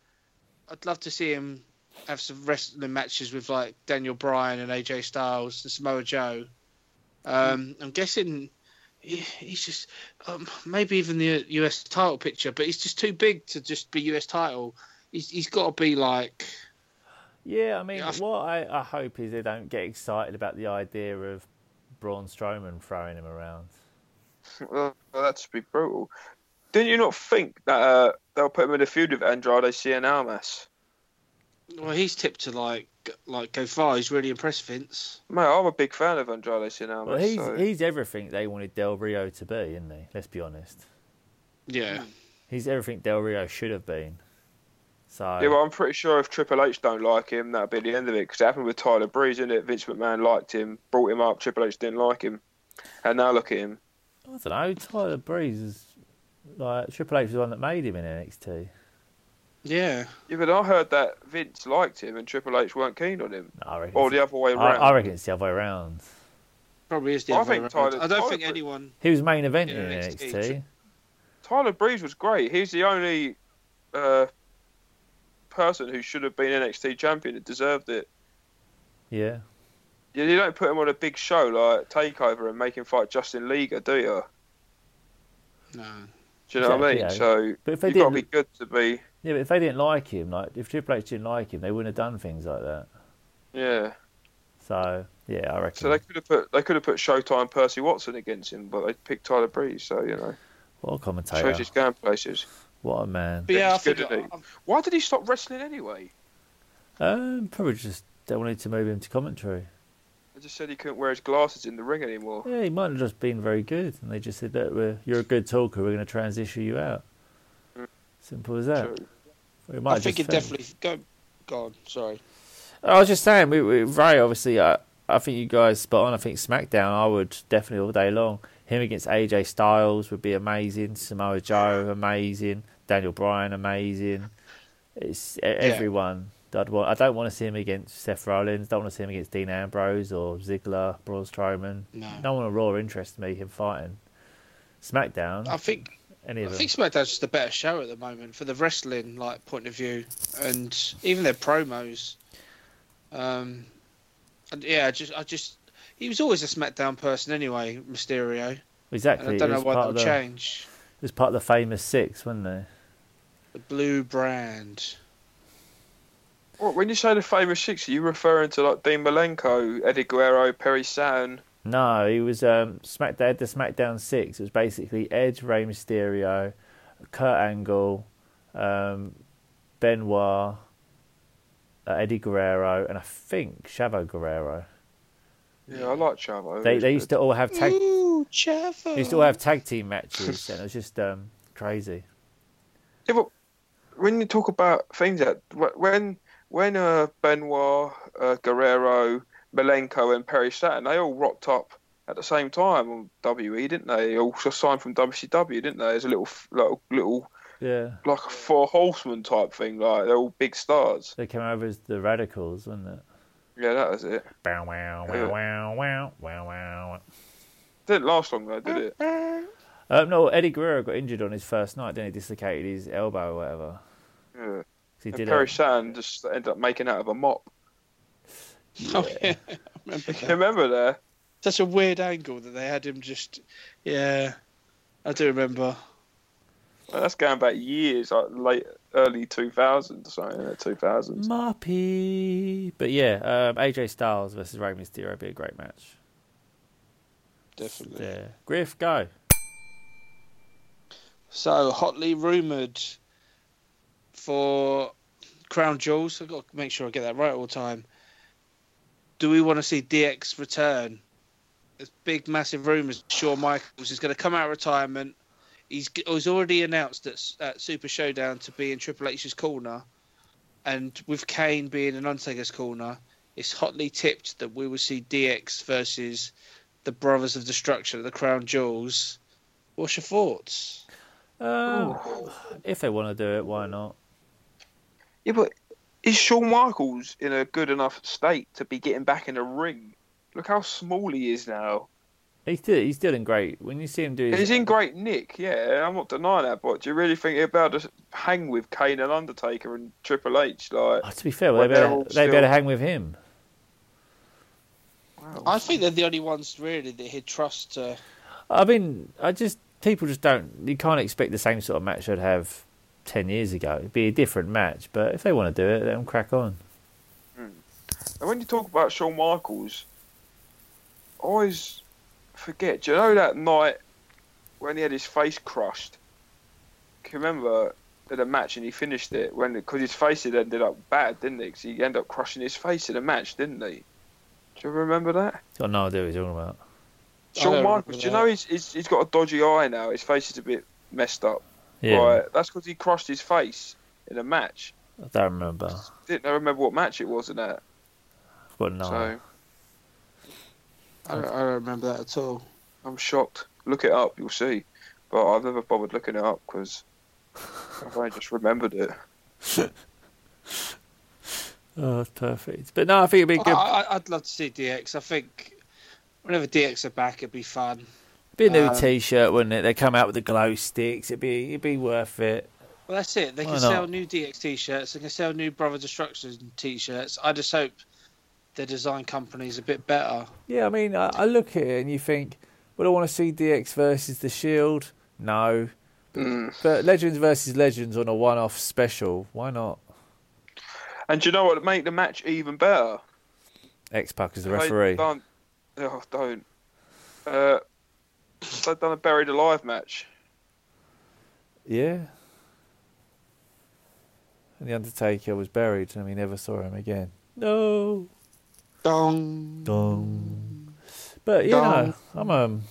[SPEAKER 2] I'd love to see him have some wrestling matches with like Daniel Bryan and AJ Styles and Samoa Joe.
[SPEAKER 3] Hmm.
[SPEAKER 2] Um, I'm guessing he, he's just um, maybe even the US title picture, but he's just too big to just be US title. He's, he's got to be like
[SPEAKER 1] Yeah, I mean,
[SPEAKER 2] Yeah, I-
[SPEAKER 1] what I, I hope is they don't get excited about the idea of Braun Strowman throwing him around.
[SPEAKER 3] Uh, that's be brutal. Didn't you not think that uh, they'll put him in a feud with Andrade Cien Almas?
[SPEAKER 2] well, he's tipped to like like go far. He's really impressed, Vince.
[SPEAKER 3] Mate, I'm a big fan of Andrade Cien Almas.
[SPEAKER 1] Well, he's
[SPEAKER 3] so-
[SPEAKER 1] he's everything they wanted Del Rio to be, isn't he? Let's be honest.
[SPEAKER 2] Yeah,
[SPEAKER 1] He's everything Del Rio should have been. So
[SPEAKER 3] Yeah, well, I'm pretty sure if Triple H don't like him, that'll be the end of it. Because it happened with Tyler Breeze, didn't it? Vince McMahon liked him, brought him up. Triple H didn't like him, and now look at him.
[SPEAKER 1] I don't know. Tyler Breeze is like Triple H was the one that made him in NXT.
[SPEAKER 2] yeah.
[SPEAKER 3] Yeah, but I heard that Vince liked him and Triple H weren't keen on him,
[SPEAKER 1] I reckon.
[SPEAKER 3] or the other way
[SPEAKER 1] it's- I, I
[SPEAKER 3] around.
[SPEAKER 1] reckon it's the other way around.
[SPEAKER 2] Probably is the
[SPEAKER 3] I
[SPEAKER 2] other way
[SPEAKER 3] think
[SPEAKER 2] around.
[SPEAKER 3] Tyler-
[SPEAKER 2] I don't
[SPEAKER 3] Tyler
[SPEAKER 2] think
[SPEAKER 3] Breeze-
[SPEAKER 2] anyone.
[SPEAKER 1] He was main event
[SPEAKER 2] Yeah,
[SPEAKER 1] in
[SPEAKER 2] NXT.
[SPEAKER 1] NXT.
[SPEAKER 3] Tyler Breeze was great. He's the only uh, person who should have been NXT champion that deserved it.
[SPEAKER 1] Yeah.
[SPEAKER 3] You, you don't put him on a big show like Takeover and make him fight Justin Liga, do you?
[SPEAKER 2] No.
[SPEAKER 3] Do you know what I mean?
[SPEAKER 1] Exactly,
[SPEAKER 3] So
[SPEAKER 1] But if they
[SPEAKER 3] you've got to be
[SPEAKER 1] didn't-
[SPEAKER 3] good to be,
[SPEAKER 1] Yeah, but if they didn't like him, like if Triple H didn't like him, they wouldn't have done things like that.
[SPEAKER 3] yeah.
[SPEAKER 1] So yeah, I reckon.
[SPEAKER 3] So they could have put they could have put Showtime and Percy Watson against him, but they picked Tyler Breeze. So you know,
[SPEAKER 1] what a
[SPEAKER 3] shows
[SPEAKER 1] commentator!
[SPEAKER 3] his going places.
[SPEAKER 1] What a man!
[SPEAKER 2] But yeah, I
[SPEAKER 3] It's good,
[SPEAKER 2] think
[SPEAKER 3] isn't it? Why did he stop wrestling anyway?
[SPEAKER 1] Um, probably just they wanted to move him to commentary.
[SPEAKER 3] I just said he couldn't wear his glasses in the ring anymore.
[SPEAKER 1] Yeah, he might have just been very good, and they just said that we're, you're a good talker. We're going to transition you out. Simple as that.
[SPEAKER 3] True.
[SPEAKER 1] We might
[SPEAKER 2] Mm. I
[SPEAKER 1] have
[SPEAKER 2] think it
[SPEAKER 1] just failed.
[SPEAKER 2] definitely go. God, sorry.
[SPEAKER 1] I was just saying, we, we Ray obviously. I I think you guys spot on. I think SmackDown. I would definitely all day long. Him against AJ Styles would be amazing. Samoa Joe, amazing. Daniel Bryan, amazing. It's e- everyone. that I'd want. I don't want to see him against Seth Rollins. Don't want to see him against Dean Ambrose or Ziggler, Braun Strowman.
[SPEAKER 2] No.
[SPEAKER 1] no one on Raw interests me. Him fighting SmackDown.
[SPEAKER 2] I think
[SPEAKER 1] any
[SPEAKER 2] I
[SPEAKER 1] of them.
[SPEAKER 2] think SmackDown's just a better show at the moment for the wrestling like point of view and even their promos. Um, and yeah, I just I just he was always a SmackDown person anyway, Mysterio. And
[SPEAKER 1] exactly.
[SPEAKER 2] I
[SPEAKER 1] It
[SPEAKER 2] don't know
[SPEAKER 1] was
[SPEAKER 2] why
[SPEAKER 1] part
[SPEAKER 2] that'll
[SPEAKER 1] of the, it
[SPEAKER 2] change.
[SPEAKER 1] was part of the famous six, wasn't it?
[SPEAKER 2] The blue brand.
[SPEAKER 3] What, when you say the famous six, are you referring to like Dean Malenko, Eddie Guerrero, Perry Saturn?
[SPEAKER 1] No, he was um, SmackDown. The SmackDown Six. It was basically Edge, Rey Mysterio, Kurt Angle, um, Benoit, uh, Eddie Guerrero, and I think Chavo Guerrero.
[SPEAKER 3] Yeah, I like Chavo.
[SPEAKER 1] They they used to all have tag.
[SPEAKER 2] Ooh,
[SPEAKER 1] They
[SPEAKER 2] Chavo.
[SPEAKER 1] used to all have tag team matches, and it was just um, crazy.
[SPEAKER 3] Yeah, but when you talk about things that wh- when when uh, Benoit, uh, Guerrero, Malenko, and Perry Saturn, they all rocked up at the same time on WE, didn't they? They also signed from WCW, didn't they? As a little f- little little
[SPEAKER 1] Yeah,
[SPEAKER 3] like a four horseman type thing, like they're all big stars.
[SPEAKER 1] they came over as the Radicals, wasn't it? Oh,
[SPEAKER 3] Yeah, that was it.
[SPEAKER 1] Bow wow wow wow wow wow wow.
[SPEAKER 3] Didn't last long though, did it?
[SPEAKER 1] Um, no, Eddie Guerrero got injured on his first night, didn't he? Dislocated his elbow or whatever.
[SPEAKER 3] Yeah.
[SPEAKER 1] 'Cause He
[SPEAKER 3] And
[SPEAKER 1] did
[SPEAKER 3] Perry
[SPEAKER 1] a-
[SPEAKER 3] Saturn just ended up making out of a mop.
[SPEAKER 2] [LAUGHS] Oh, yeah. I remember
[SPEAKER 3] You
[SPEAKER 2] that.
[SPEAKER 3] remember there?
[SPEAKER 2] Such a weird angle that they had him just. Yeah, I do remember.
[SPEAKER 3] Well, that's going back years, like late early 2000s, something like 2000s.
[SPEAKER 1] Marpy. But yeah, um, AJ Styles versus Rey Mysterio would be a great match.
[SPEAKER 2] Definitely.
[SPEAKER 1] Yeah. Griff, go.
[SPEAKER 2] So hotly rumored for Crown Jewels. I've got to make sure I get that right all the time. Do we want to see DX return? There's big, massive rumors. Shawn Michaels is going to come out of retirement. He's he's already announced at, at Super Showdown to be in Triple H's corner, and with Kane being in Undertaker's corner, it's hotly tipped that we will see DX versus the Brothers of Destruction at the Crown Jewels. What's your thoughts?
[SPEAKER 1] Um, if they want to do it, why not?
[SPEAKER 3] Yeah, but is Shawn Michaels in a good enough state to be getting back in the ring? Look how small he is now.
[SPEAKER 1] He's still, he's still in great. When you see him do his,
[SPEAKER 3] He's in great nick, yeah, I'm not denying that, but do you really think he'll be able to hang with Kane and Undertaker and Triple H? Like,
[SPEAKER 1] Oh, to be fair,
[SPEAKER 3] Well,
[SPEAKER 1] they
[SPEAKER 3] they're
[SPEAKER 1] better,
[SPEAKER 3] all
[SPEAKER 1] they
[SPEAKER 3] still-
[SPEAKER 1] better hang with him.
[SPEAKER 2] I think they're the only ones really that uh, he'd trust to.
[SPEAKER 1] I mean, I just people just don't. You can't expect the same sort of match they'd have ten years ago. It'd be a different match, but if they want to do it, let them crack on.
[SPEAKER 3] And when you talk about Shawn Michaels, I always forget. Do you know that night when he had his face crushed? Can you remember at a match and he finished it when because his face had ended up bad, didn't it? 'Cause he ended up crushing his face in a match, didn't he? Do you remember that?
[SPEAKER 1] Got no idea what he's talking about.
[SPEAKER 2] I don't
[SPEAKER 3] Shawn Michaels.
[SPEAKER 2] remember
[SPEAKER 3] Do you
[SPEAKER 2] that.
[SPEAKER 3] know he's, he's he's got a dodgy eye now. His face is a bit messed up.
[SPEAKER 1] Yeah,
[SPEAKER 3] Right. That's because he crushed his face in a match.
[SPEAKER 1] I don't remember.
[SPEAKER 3] Didn't I remember what match it was in that?
[SPEAKER 1] But no,
[SPEAKER 3] So
[SPEAKER 2] I don't, I don't remember that at all.
[SPEAKER 3] I'm shocked. Look it up, you'll see. But I've never bothered looking it up because I've only just
[SPEAKER 1] [LAUGHS]
[SPEAKER 3] remembered it.
[SPEAKER 1] oh, that's perfect. But no, I think it'd be a
[SPEAKER 2] I,
[SPEAKER 1] good.
[SPEAKER 2] I, I'd love to see DX. I think whenever DX are back, it'd be fun.
[SPEAKER 1] Be a new
[SPEAKER 2] Um,
[SPEAKER 1] T-shirt, wouldn't it? They come out with the glow sticks. It'd be it'd be worth it.
[SPEAKER 2] Well, that's it. They
[SPEAKER 1] Why
[SPEAKER 2] can
[SPEAKER 1] not?
[SPEAKER 2] sell new DX t-shirts. They can sell new Brother Destruction t-shirts. I just hope their design company's a bit better.
[SPEAKER 1] Yeah, I mean, I, I look at it and you think, would I want to see DX versus the Shield? No,
[SPEAKER 3] Mm.
[SPEAKER 1] but Legends versus Legends on a one-off special, why not?
[SPEAKER 3] And do you know what would make the match even better?
[SPEAKER 1] X Pac is the
[SPEAKER 3] They
[SPEAKER 1] referee.
[SPEAKER 3] Don't, oh, don't. Uh, they've done a buried alive match.
[SPEAKER 1] Yeah. And the Undertaker was buried, and we never saw him again. No.
[SPEAKER 2] Dong.
[SPEAKER 1] Dong. But you know,
[SPEAKER 2] Dong.
[SPEAKER 1] I'm um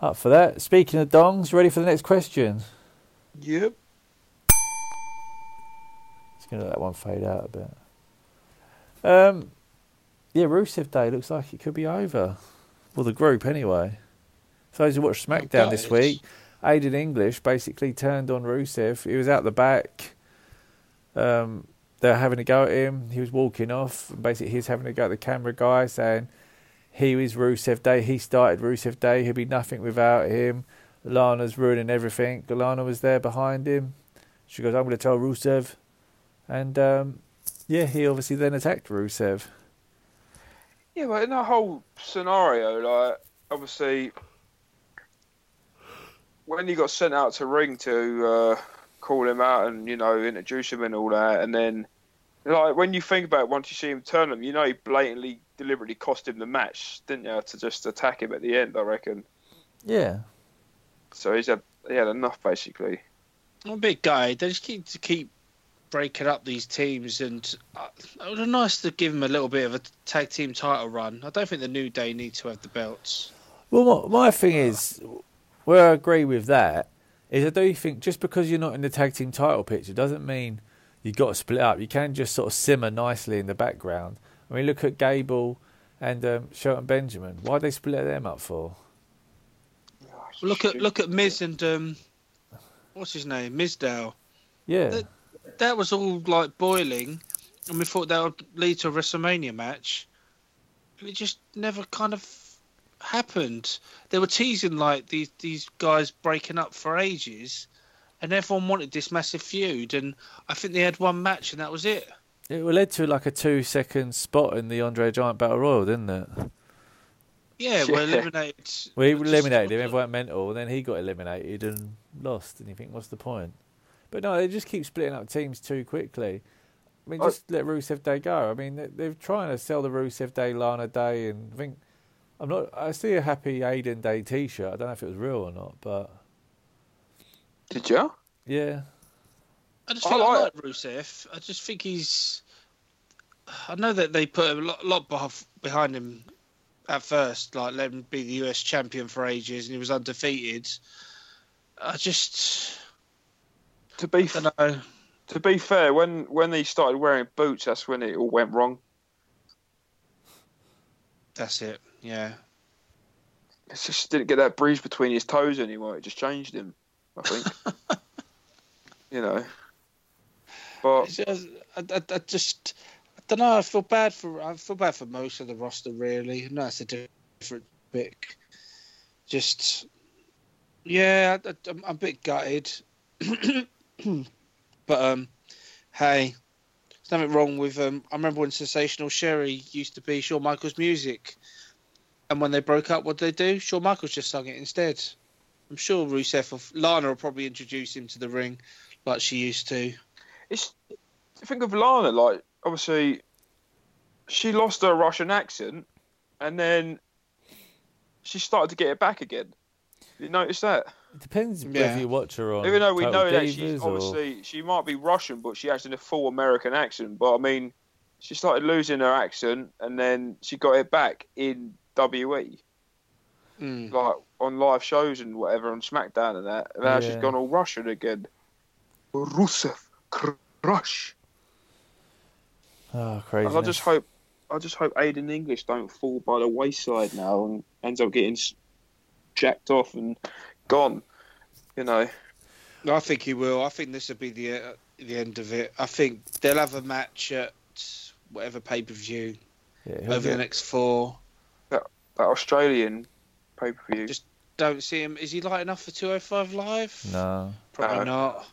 [SPEAKER 1] up for that. Speaking of dongs, you ready for the next question?
[SPEAKER 2] Yep.
[SPEAKER 1] Just gonna let that one fade out a bit. Um, yeah, Rusev Day looks like it could be over. Well, the group anyway. For those who watched SmackDown this
[SPEAKER 2] guys.
[SPEAKER 1] week, Aiden English basically turned on Rusev. He was out the back. Um, they're having a go at him. He was walking off. Basically, he's having a go at the camera guy, saying he was Rusev Day. He started Rusev Day. He'd be nothing without him. Lana's ruining everything. Lana was there behind him. She goes, "I'm going to tell Rusev." And um, yeah, he obviously then attacked Rusev.
[SPEAKER 3] Yeah, but in that whole scenario, like obviously, when he got sent out to ring to uh, call him out and you know introduce him and all that, and then like when you think about it, once you see him turn him, you know he blatantly, deliberately cost him the match, didn't you? To just attack him at the end, I reckon.
[SPEAKER 1] Yeah,
[SPEAKER 3] So he's had he had enough basically.
[SPEAKER 2] I'm a big guy. They just keep to keep breaking up these teams, and uh, it would have nice to give them a little bit of a tag team title run. I don't think the New Day need to have the belts.
[SPEAKER 1] Well, my, my thing is, where I agree with that is I do think just because you're not in the tag team title picture doesn't mean you've got to split up. You can just sort of simmer nicely in the background. I mean, look at Gable and um, Shelton Benjamin. Why'd they split them up for?
[SPEAKER 2] Look at look at Miz and um, what's his name, Mizdale.
[SPEAKER 1] Yeah.
[SPEAKER 2] That- That was all like boiling, and we thought that would lead to a WrestleMania match, and it just never kind of happened. They were teasing like these these guys breaking up for ages, and everyone wanted this massive feud, and I think they had one match, and that was it.
[SPEAKER 1] It led to like a two second spot in the Andre Giant Battle Royal, didn't it?
[SPEAKER 2] Yeah, we're
[SPEAKER 3] Yeah.
[SPEAKER 2] eliminated.
[SPEAKER 1] We
[SPEAKER 2] just-
[SPEAKER 1] eliminated him, everyone went mental, and then he got eliminated and lost. And you think, what's the point? But no, they just keep splitting up teams too quickly. I mean,
[SPEAKER 3] I-
[SPEAKER 1] just let Rusev Day go. I mean, they- they're trying to sell the Rusev Day, Lana Day, and I think I'm not. I see a happy Aiden Day T-shirt. I don't know if it was real or not, but
[SPEAKER 3] Did you?
[SPEAKER 1] yeah,
[SPEAKER 2] I just
[SPEAKER 3] I
[SPEAKER 2] think I
[SPEAKER 3] like
[SPEAKER 2] like Rusev. I just think he's. I know that they put a lot, lot beh- behind him at first, like let him be the US champion for ages, and he was undefeated. I just
[SPEAKER 3] To be
[SPEAKER 2] I don't know.
[SPEAKER 3] to be fair, when when he started wearing boots, that's when it all went wrong.
[SPEAKER 2] That's it. Yeah.
[SPEAKER 3] It just didn't get that breeze between his toes anymore. It just changed him,
[SPEAKER 1] [LAUGHS]
[SPEAKER 3] I think. you know. But
[SPEAKER 2] It's just- I, I- I just I don't know. I feel bad for I feel bad for most of the roster. Really, no, it's a different pick. Just yeah, I, am I'm a bit gutted, [CLEARS THROAT] but um, hey, there's nothing wrong with um. I remember when Sensational Sherry used to be Shawn Michaels' music, and when they broke up, what did they do? Shawn Michaels just sung it instead. I'm sure Rusev or Lana will probably introduce him to the ring, like she used to.
[SPEAKER 3] it's think of Lana, like obviously she lost her Russian accent and then she started to get it back again. You notice that?
[SPEAKER 1] it depends
[SPEAKER 2] Yeah.
[SPEAKER 1] whether you watch her on.
[SPEAKER 3] Even though we
[SPEAKER 1] Total
[SPEAKER 3] know that she's
[SPEAKER 1] Divas or-
[SPEAKER 3] obviously she might be Russian, but she has a full American accent. But I mean, she started losing her accent, and then she got it back in E. WE,
[SPEAKER 2] Mm.
[SPEAKER 3] like on live shows and whatever on SmackDown and that. And
[SPEAKER 1] Yeah.
[SPEAKER 3] now she's gone all Russian again. Rusev crush.
[SPEAKER 1] oh, crazy.
[SPEAKER 3] And I just hope, I just hope Aiden English don't fall by the wayside now and ends up getting s- jacked off and gone. You know.
[SPEAKER 2] I think he will. I think this will be the uh, the end of it. I think they'll have a match at whatever pay per view
[SPEAKER 1] Yeah, he'll
[SPEAKER 2] over
[SPEAKER 1] get-
[SPEAKER 2] the next four.
[SPEAKER 3] That Australian pay per view.
[SPEAKER 2] Just- Don't see him. Is he light enough for 205 Live?
[SPEAKER 1] no.
[SPEAKER 2] probably
[SPEAKER 3] No.
[SPEAKER 2] not.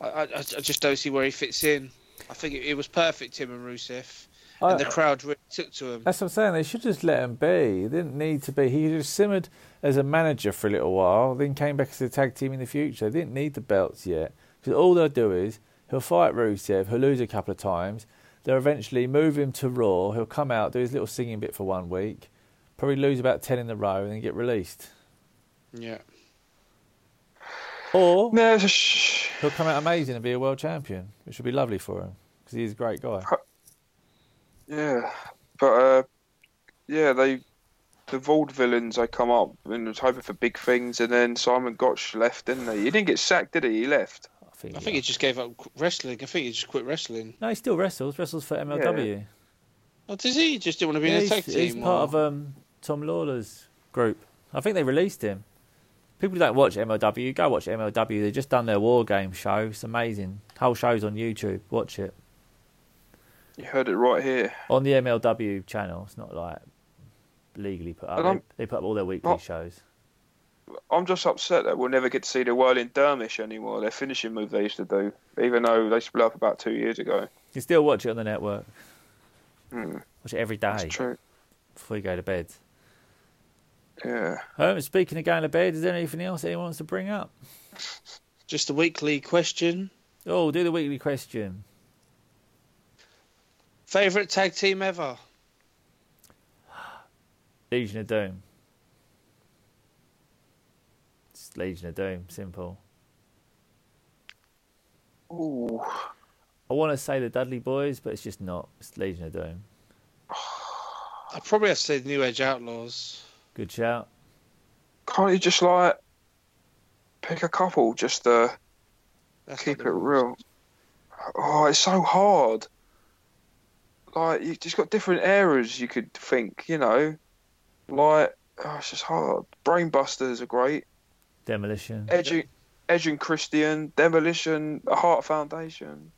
[SPEAKER 2] I, I, I just don't see where he fits in. I think it, it was perfect him and Rusev,
[SPEAKER 1] I-
[SPEAKER 2] and the crowd really took to him.
[SPEAKER 1] That's what I'm saying. They should just let him be. He didn't need to be. He just simmered as a manager for a little while, then came back as a tag team in the future. They didn't need the belts yet. Because all they'll do is he'll fight Rusev, he'll lose a couple of times, They'll eventually move him to Raw. He'll come out, do his little singing bit for one week, probably lose about 10 in the row, and then get released.
[SPEAKER 2] Yeah.
[SPEAKER 1] Or
[SPEAKER 3] No, it's a sh-
[SPEAKER 1] he'll come out amazing and be a world champion, which would be lovely for him because he's a great guy.
[SPEAKER 3] yeah, but uh, yeah, they the Vault villains they come up and was hoping for big things, and then Simon Gotch left, didn't he? He didn't get sacked, did he? He left.
[SPEAKER 1] I think,
[SPEAKER 2] I think he just gave up wrestling. I think he just quit wrestling.
[SPEAKER 1] No, he still wrestles. Wrestles for MLW.
[SPEAKER 2] Oh, does he? He Just didn't want to be in a
[SPEAKER 1] he's,
[SPEAKER 2] tag team.
[SPEAKER 1] he's part
[SPEAKER 2] or-
[SPEAKER 1] of um, Tom Lawler's group. I think they released him. People who don't watch MLW, go watch MLW. They've just done their War Game show. It's amazing. Whole show's on YouTube. Watch it.
[SPEAKER 3] You heard it right here.
[SPEAKER 1] On the MLW channel. It's not like legally put
[SPEAKER 3] I
[SPEAKER 1] up. They,
[SPEAKER 3] don't-
[SPEAKER 1] they put up all their weekly
[SPEAKER 3] Not-
[SPEAKER 1] shows.
[SPEAKER 3] I'm just upset that we'll never get to see the whirling dervish anymore. Their finishing move they used to do, even though they split up about two years ago.
[SPEAKER 1] You can still watch it on the network.
[SPEAKER 3] Hmm,
[SPEAKER 1] Watch it every
[SPEAKER 3] that's
[SPEAKER 1] day
[SPEAKER 3] true.
[SPEAKER 1] before you go to bed.
[SPEAKER 3] Yeah.
[SPEAKER 1] Um, speaking of going to bed, is there anything else anyone wants to bring up?
[SPEAKER 2] Just a weekly question.
[SPEAKER 1] Oh, do the weekly question.
[SPEAKER 2] Favorite tag team ever?
[SPEAKER 1] Legion of Doom. It's Legion of Doom, simple.
[SPEAKER 3] Ooh.
[SPEAKER 1] I want to say the Dudley Boys, but it's just not. It's Legion of Doom.
[SPEAKER 2] I probably have to say the New Age Outlaws.
[SPEAKER 1] Good shout.
[SPEAKER 3] Can't you just like pick a couple just to
[SPEAKER 2] That's
[SPEAKER 3] keep
[SPEAKER 2] not
[SPEAKER 3] it
[SPEAKER 2] the-
[SPEAKER 3] real? Oh, it's so hard. Like you just got different eras you could think, you know. Like oh, it's just hard. Brainbusters are great.
[SPEAKER 1] Demolition.
[SPEAKER 3] Edge, and- Edge and Christian, Demolition, The Heart Foundation.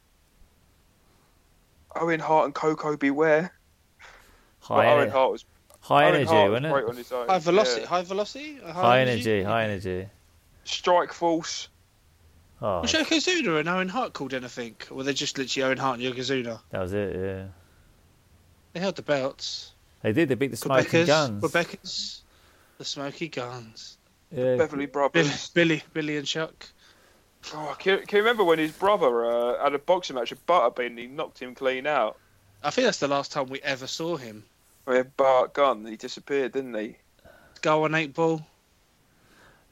[SPEAKER 3] Owen Hart and Coco Beware. But
[SPEAKER 1] High,
[SPEAKER 3] Owen
[SPEAKER 1] ener-
[SPEAKER 3] Hart was
[SPEAKER 1] high
[SPEAKER 3] Owen
[SPEAKER 1] energy,
[SPEAKER 3] Hart was
[SPEAKER 1] wasn't
[SPEAKER 3] great
[SPEAKER 1] it?
[SPEAKER 3] on his own.
[SPEAKER 2] High velocity.
[SPEAKER 3] yeah.
[SPEAKER 2] High velocity. High,
[SPEAKER 1] High energy, high energy.
[SPEAKER 3] Strike Force.
[SPEAKER 1] Oh,
[SPEAKER 2] Was Yokozuna and Owen Hart called anything? Or were they just literally Owen Hart and Yokozuna?
[SPEAKER 1] that was it, yeah.
[SPEAKER 2] They held the belts.
[SPEAKER 1] They did, they beat the Smoking
[SPEAKER 2] Rebecca's.
[SPEAKER 1] Guns.
[SPEAKER 2] Rebecca's. The Smoky [LAUGHS] Guns.
[SPEAKER 1] Yeah.
[SPEAKER 2] Billy,
[SPEAKER 3] Beverly Brothers.
[SPEAKER 2] Billy, Billy and Chuck.
[SPEAKER 3] Oh, can, can you remember when his brother uh, had a boxing match with Butterbean and he knocked him clean out?
[SPEAKER 2] I think that's the last time we ever saw him.
[SPEAKER 3] He had Bart Gunn, he disappeared,
[SPEAKER 1] [LAUGHS]
[SPEAKER 3] didn't he?
[SPEAKER 2] Go on eight ball.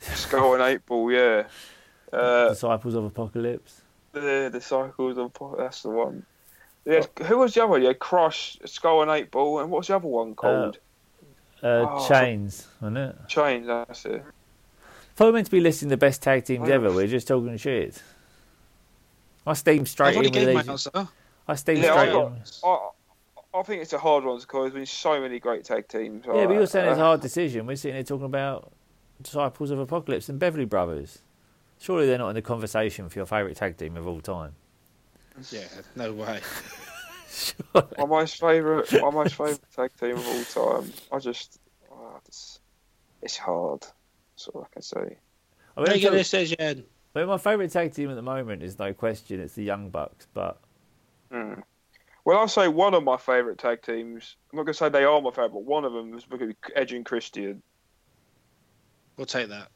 [SPEAKER 3] Skull and Eight Ball, yeah. Uh,
[SPEAKER 1] Disciples of Apocalypse.
[SPEAKER 3] the, the Cycles of... That's the one. He had-
[SPEAKER 1] Oh.
[SPEAKER 3] who was the other one? You had Crush, Skull and Eight Ball, and what's the other one called?
[SPEAKER 1] Uh,
[SPEAKER 3] Oh.
[SPEAKER 1] Chains, wasn't it?
[SPEAKER 3] Chains, that's it.
[SPEAKER 1] If we're meant to be listing the best tag teams
[SPEAKER 3] Oh.
[SPEAKER 1] ever, we're just talking shit. I steam
[SPEAKER 2] I've
[SPEAKER 1] straight in
[SPEAKER 2] already
[SPEAKER 1] with
[SPEAKER 2] gave my
[SPEAKER 1] Legion.
[SPEAKER 2] answer.
[SPEAKER 1] I steam
[SPEAKER 3] Yeah, I
[SPEAKER 1] straight
[SPEAKER 3] got-
[SPEAKER 1] in.
[SPEAKER 3] I, I think it's a hard one because there's been so many great tag teams.
[SPEAKER 1] Yeah, but you're
[SPEAKER 3] Like,
[SPEAKER 1] saying it's a
[SPEAKER 3] uh,
[SPEAKER 1] hard decision. We're sitting here talking about Disciples of Apocalypse and Beverly Brothers. Surely they're not in the conversation for your favourite tag team of all time.
[SPEAKER 2] Yeah, no way.
[SPEAKER 3] My most favourite, my most favourite tag team of all time. I just, oh, it's, it's hard. That's all I can say.
[SPEAKER 1] I mean,
[SPEAKER 2] Make a
[SPEAKER 1] I'm talking-
[SPEAKER 2] decision.
[SPEAKER 1] I mean, my favourite tag team at the moment is no question, it's the Young Bucks. But
[SPEAKER 3] Hmm. Well, I'll say one of my favourite tag teams. I'm not gonna say they are my favourite. but One of them is going to be Edge and Christian.
[SPEAKER 2] We'll take that.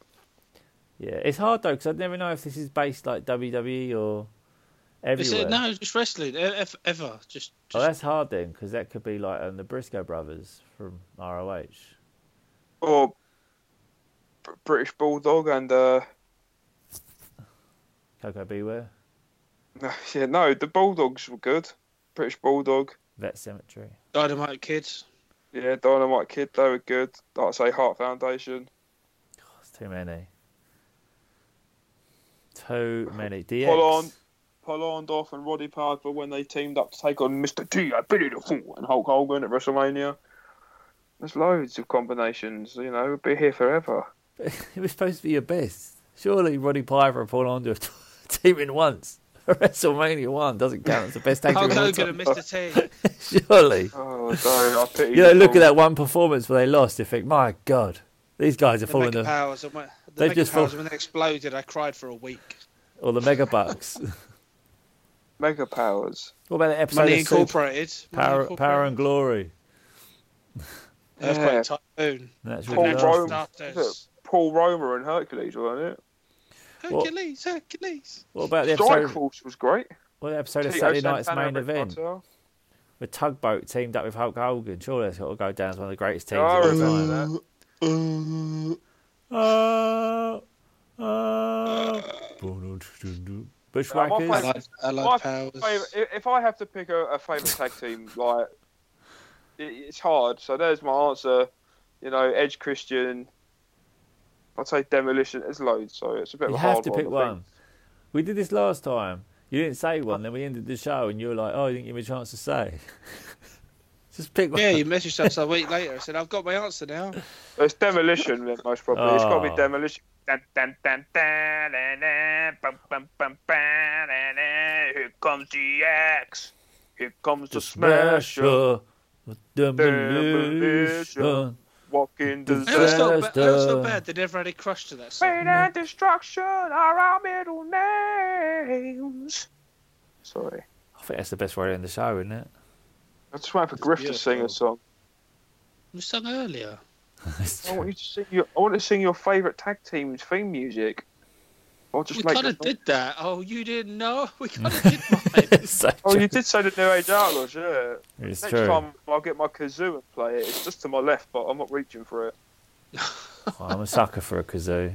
[SPEAKER 1] yeah, it's hard though because I'd never know if this is based like WWE or
[SPEAKER 2] Is
[SPEAKER 1] everywhere.
[SPEAKER 2] it, no, just wrestling. E- ev- Ever. Just,
[SPEAKER 1] Oh,
[SPEAKER 2] just
[SPEAKER 1] that's hard then because that could be like um, the Briscoe brothers from ROH.
[SPEAKER 3] or Br- British Bulldog and uh, [LAUGHS]
[SPEAKER 1] Coco Beware,
[SPEAKER 3] no, yeah, no, the Bulldogs were good. British Bulldog,
[SPEAKER 1] Vet Cemetery.
[SPEAKER 2] Dynamite Kids.
[SPEAKER 3] yeah, Dynamite Kid, they were good. Like I say, Heart Foundation.
[SPEAKER 1] That's Oh, too many. Too many. DX.
[SPEAKER 3] Hold on. Pollandorf and Roddy Piper when they teamed up to take on Mr. T, I Billy the Fool, and Hulk Hogan at WrestleMania. There's loads of combinations, you know, we'll be here forever.
[SPEAKER 1] [LAUGHS] It was supposed to be your best. Surely Roddy Piper and Paul Andre [LAUGHS] have teaming once. [LAUGHS] WrestleMania 1 doesn't count as the best tag team
[SPEAKER 2] Hulk
[SPEAKER 1] of all
[SPEAKER 2] Hogan and Mr. T.
[SPEAKER 1] time. [LAUGHS] Surely.
[SPEAKER 2] [LAUGHS]
[SPEAKER 3] Oh, no, I
[SPEAKER 1] [LAUGHS]
[SPEAKER 3] pity
[SPEAKER 1] You know,
[SPEAKER 3] the
[SPEAKER 1] look at
[SPEAKER 3] fool.
[SPEAKER 1] that one performance where they lost. You think, my God, these guys are
[SPEAKER 2] The
[SPEAKER 1] falling
[SPEAKER 2] Mega
[SPEAKER 1] the,
[SPEAKER 2] Powers. and when-
[SPEAKER 1] They've
[SPEAKER 2] The Mega
[SPEAKER 1] just fall-
[SPEAKER 2] Powers, when they exploded, I cried for a week.
[SPEAKER 1] or the Mega
[SPEAKER 2] [LAUGHS]
[SPEAKER 1] Bucks. [LAUGHS]
[SPEAKER 3] Mega Powers.
[SPEAKER 1] what about the episode
[SPEAKER 2] Money
[SPEAKER 1] of Super-
[SPEAKER 2] Incorporated. Money
[SPEAKER 1] Power,
[SPEAKER 2] Incorporated.
[SPEAKER 1] Power and Glory?
[SPEAKER 2] Earthquake
[SPEAKER 3] Yeah.
[SPEAKER 2] Typhoon.
[SPEAKER 1] That's
[SPEAKER 2] The
[SPEAKER 3] Paul
[SPEAKER 1] really
[SPEAKER 2] Natural
[SPEAKER 1] nasty.
[SPEAKER 3] Rome.
[SPEAKER 2] Disasters.
[SPEAKER 3] Paul Roma and Hercules, weren't it?
[SPEAKER 1] What-
[SPEAKER 2] Hercules, Hercules.
[SPEAKER 1] What about the
[SPEAKER 3] Strike
[SPEAKER 1] episode,
[SPEAKER 3] Force was great.
[SPEAKER 1] what about the episode of
[SPEAKER 3] Tito
[SPEAKER 1] Saturday
[SPEAKER 3] Santana
[SPEAKER 1] night's main
[SPEAKER 3] and Rick
[SPEAKER 1] event?
[SPEAKER 3] Martel.
[SPEAKER 1] The Tugboat teamed up with Hulk Hogan. Surely that's got to go down as one of the greatest teams.
[SPEAKER 3] Oh, I
[SPEAKER 1] of all time.
[SPEAKER 3] remember
[SPEAKER 1] Uh,
[SPEAKER 3] that.
[SPEAKER 1] uh,
[SPEAKER 2] I
[SPEAKER 1] Bushwhackers.
[SPEAKER 3] My
[SPEAKER 2] like, I
[SPEAKER 3] my
[SPEAKER 2] like
[SPEAKER 3] Favourite-
[SPEAKER 2] powers.
[SPEAKER 3] if- If I have to pick a, a favourite tag team, like it, it's hard. So there's my answer. You know, Edge Christian. I'd say Demolition. There's loads, so it's a bit
[SPEAKER 1] You
[SPEAKER 3] of a
[SPEAKER 1] have
[SPEAKER 3] hard
[SPEAKER 1] to pick
[SPEAKER 3] one. I think.
[SPEAKER 1] one. We did this last time. You didn't say one, then we ended the show, and you were like, "Oh, you didn't give me a chance to say." [LAUGHS] Just pick one.
[SPEAKER 2] Yeah, you messaged us a week later. I said, I've got my answer now.
[SPEAKER 3] It's Demolition, then, most probably. It's got to
[SPEAKER 1] Oh.
[SPEAKER 3] be Demolition. Dun, dun, dun, dun, dun, dun, bum, bum, bum, bum, dun, dun. Here comes the axe. Here comes the smasher.
[SPEAKER 1] Demolition.
[SPEAKER 3] Walking
[SPEAKER 2] It was,
[SPEAKER 3] disaster.
[SPEAKER 2] not, ba- it was
[SPEAKER 1] Disaster.
[SPEAKER 2] not bad. They never had a crush to that
[SPEAKER 3] Pain
[SPEAKER 2] song.
[SPEAKER 3] and destruction are our middle names. Sorry.
[SPEAKER 1] I think that's the best way to end the show, isn't it? [LAUGHS]
[SPEAKER 3] I just waiting for Griff to sing a song.
[SPEAKER 2] We sung earlier.
[SPEAKER 3] I want Oh, you to sing your. I want to sing your favourite tag team's theme music. I'll
[SPEAKER 2] We
[SPEAKER 3] just make.
[SPEAKER 2] kind
[SPEAKER 3] your-
[SPEAKER 2] of did that. Oh, you didn't know? [LAUGHS] We kind of did
[SPEAKER 1] [LAUGHS]
[SPEAKER 2] mine.
[SPEAKER 1] so
[SPEAKER 3] Oh, you
[SPEAKER 1] true.
[SPEAKER 3] did say the New Age Outlaws, yeah.
[SPEAKER 1] It's
[SPEAKER 3] Next
[SPEAKER 1] true.
[SPEAKER 3] time I'll get my kazoo and play it. It's just to my left, but I'm not reaching for it.
[SPEAKER 1] Oh, I'm a sucker for a kazoo.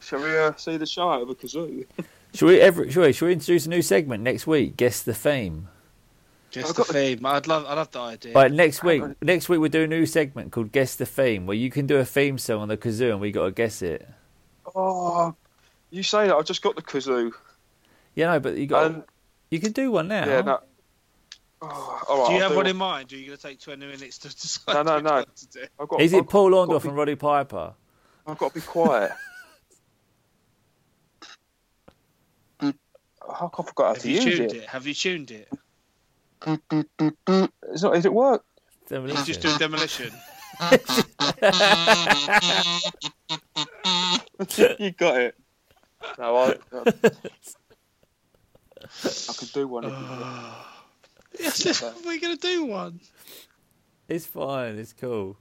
[SPEAKER 3] Shall we uh, see the show of a kazoo?
[SPEAKER 1] Should we ever? Should we? Should we introduce a new segment next week? Guess the theme.
[SPEAKER 2] Just
[SPEAKER 3] I've
[SPEAKER 2] the
[SPEAKER 3] got
[SPEAKER 2] theme. I'd love, I love the idea.
[SPEAKER 1] Right, next week, next week we'll do a new segment called Guess the Theme, where you can do a theme song on the kazoo and we got to guess it.
[SPEAKER 3] Oh, you say that. I've just got the kazoo.
[SPEAKER 1] Yeah, no, but you got
[SPEAKER 3] And,
[SPEAKER 1] you can do one now.
[SPEAKER 3] Um, yeah, no. Oh, all right,
[SPEAKER 2] do you
[SPEAKER 3] I'll
[SPEAKER 2] have
[SPEAKER 3] do
[SPEAKER 2] one in mind? Or are you going to take 20 minutes to [LAUGHS] decide?
[SPEAKER 3] No, no,
[SPEAKER 2] which
[SPEAKER 3] no.
[SPEAKER 2] one to do?
[SPEAKER 3] I've got,
[SPEAKER 1] Is
[SPEAKER 3] I've
[SPEAKER 1] it Paul
[SPEAKER 3] got-
[SPEAKER 1] Orndorff and Roddy Piper?
[SPEAKER 3] I've got to be [LAUGHS] quiet. How come Oh, I forgot how
[SPEAKER 2] Have
[SPEAKER 3] to
[SPEAKER 2] you
[SPEAKER 3] use
[SPEAKER 2] tuned
[SPEAKER 3] it?
[SPEAKER 2] it? Have you tuned it?
[SPEAKER 3] It's not, is it work?
[SPEAKER 2] He's
[SPEAKER 1] Demolition. [LAUGHS]
[SPEAKER 2] just doing demolition.
[SPEAKER 3] you got it. No, [LAUGHS] I. I could do one. If you
[SPEAKER 2] [LAUGHS]
[SPEAKER 3] [SIGHS]
[SPEAKER 2] Yes, we're going to do one.
[SPEAKER 1] It's fine. It's cool.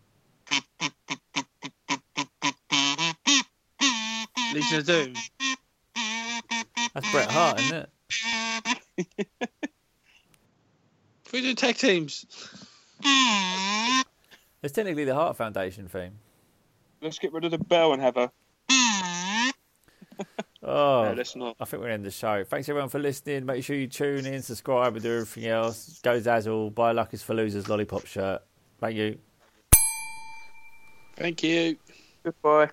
[SPEAKER 2] Legion of Doom.
[SPEAKER 1] That's Bret Hart, isn't it?
[SPEAKER 2] We do tag teams.
[SPEAKER 1] It's technically the Hart Foundation theme.
[SPEAKER 3] Let's get rid of the bell and have a.
[SPEAKER 1] Oh,
[SPEAKER 3] No, let's not.
[SPEAKER 1] I think we're end the show. Thanks everyone for listening. Make sure you tune in, subscribe, and do everything else. Go Zazzle. Buy Luckies for Losers lollipop shirt. Thank you.
[SPEAKER 2] Thank you.
[SPEAKER 3] Goodbye.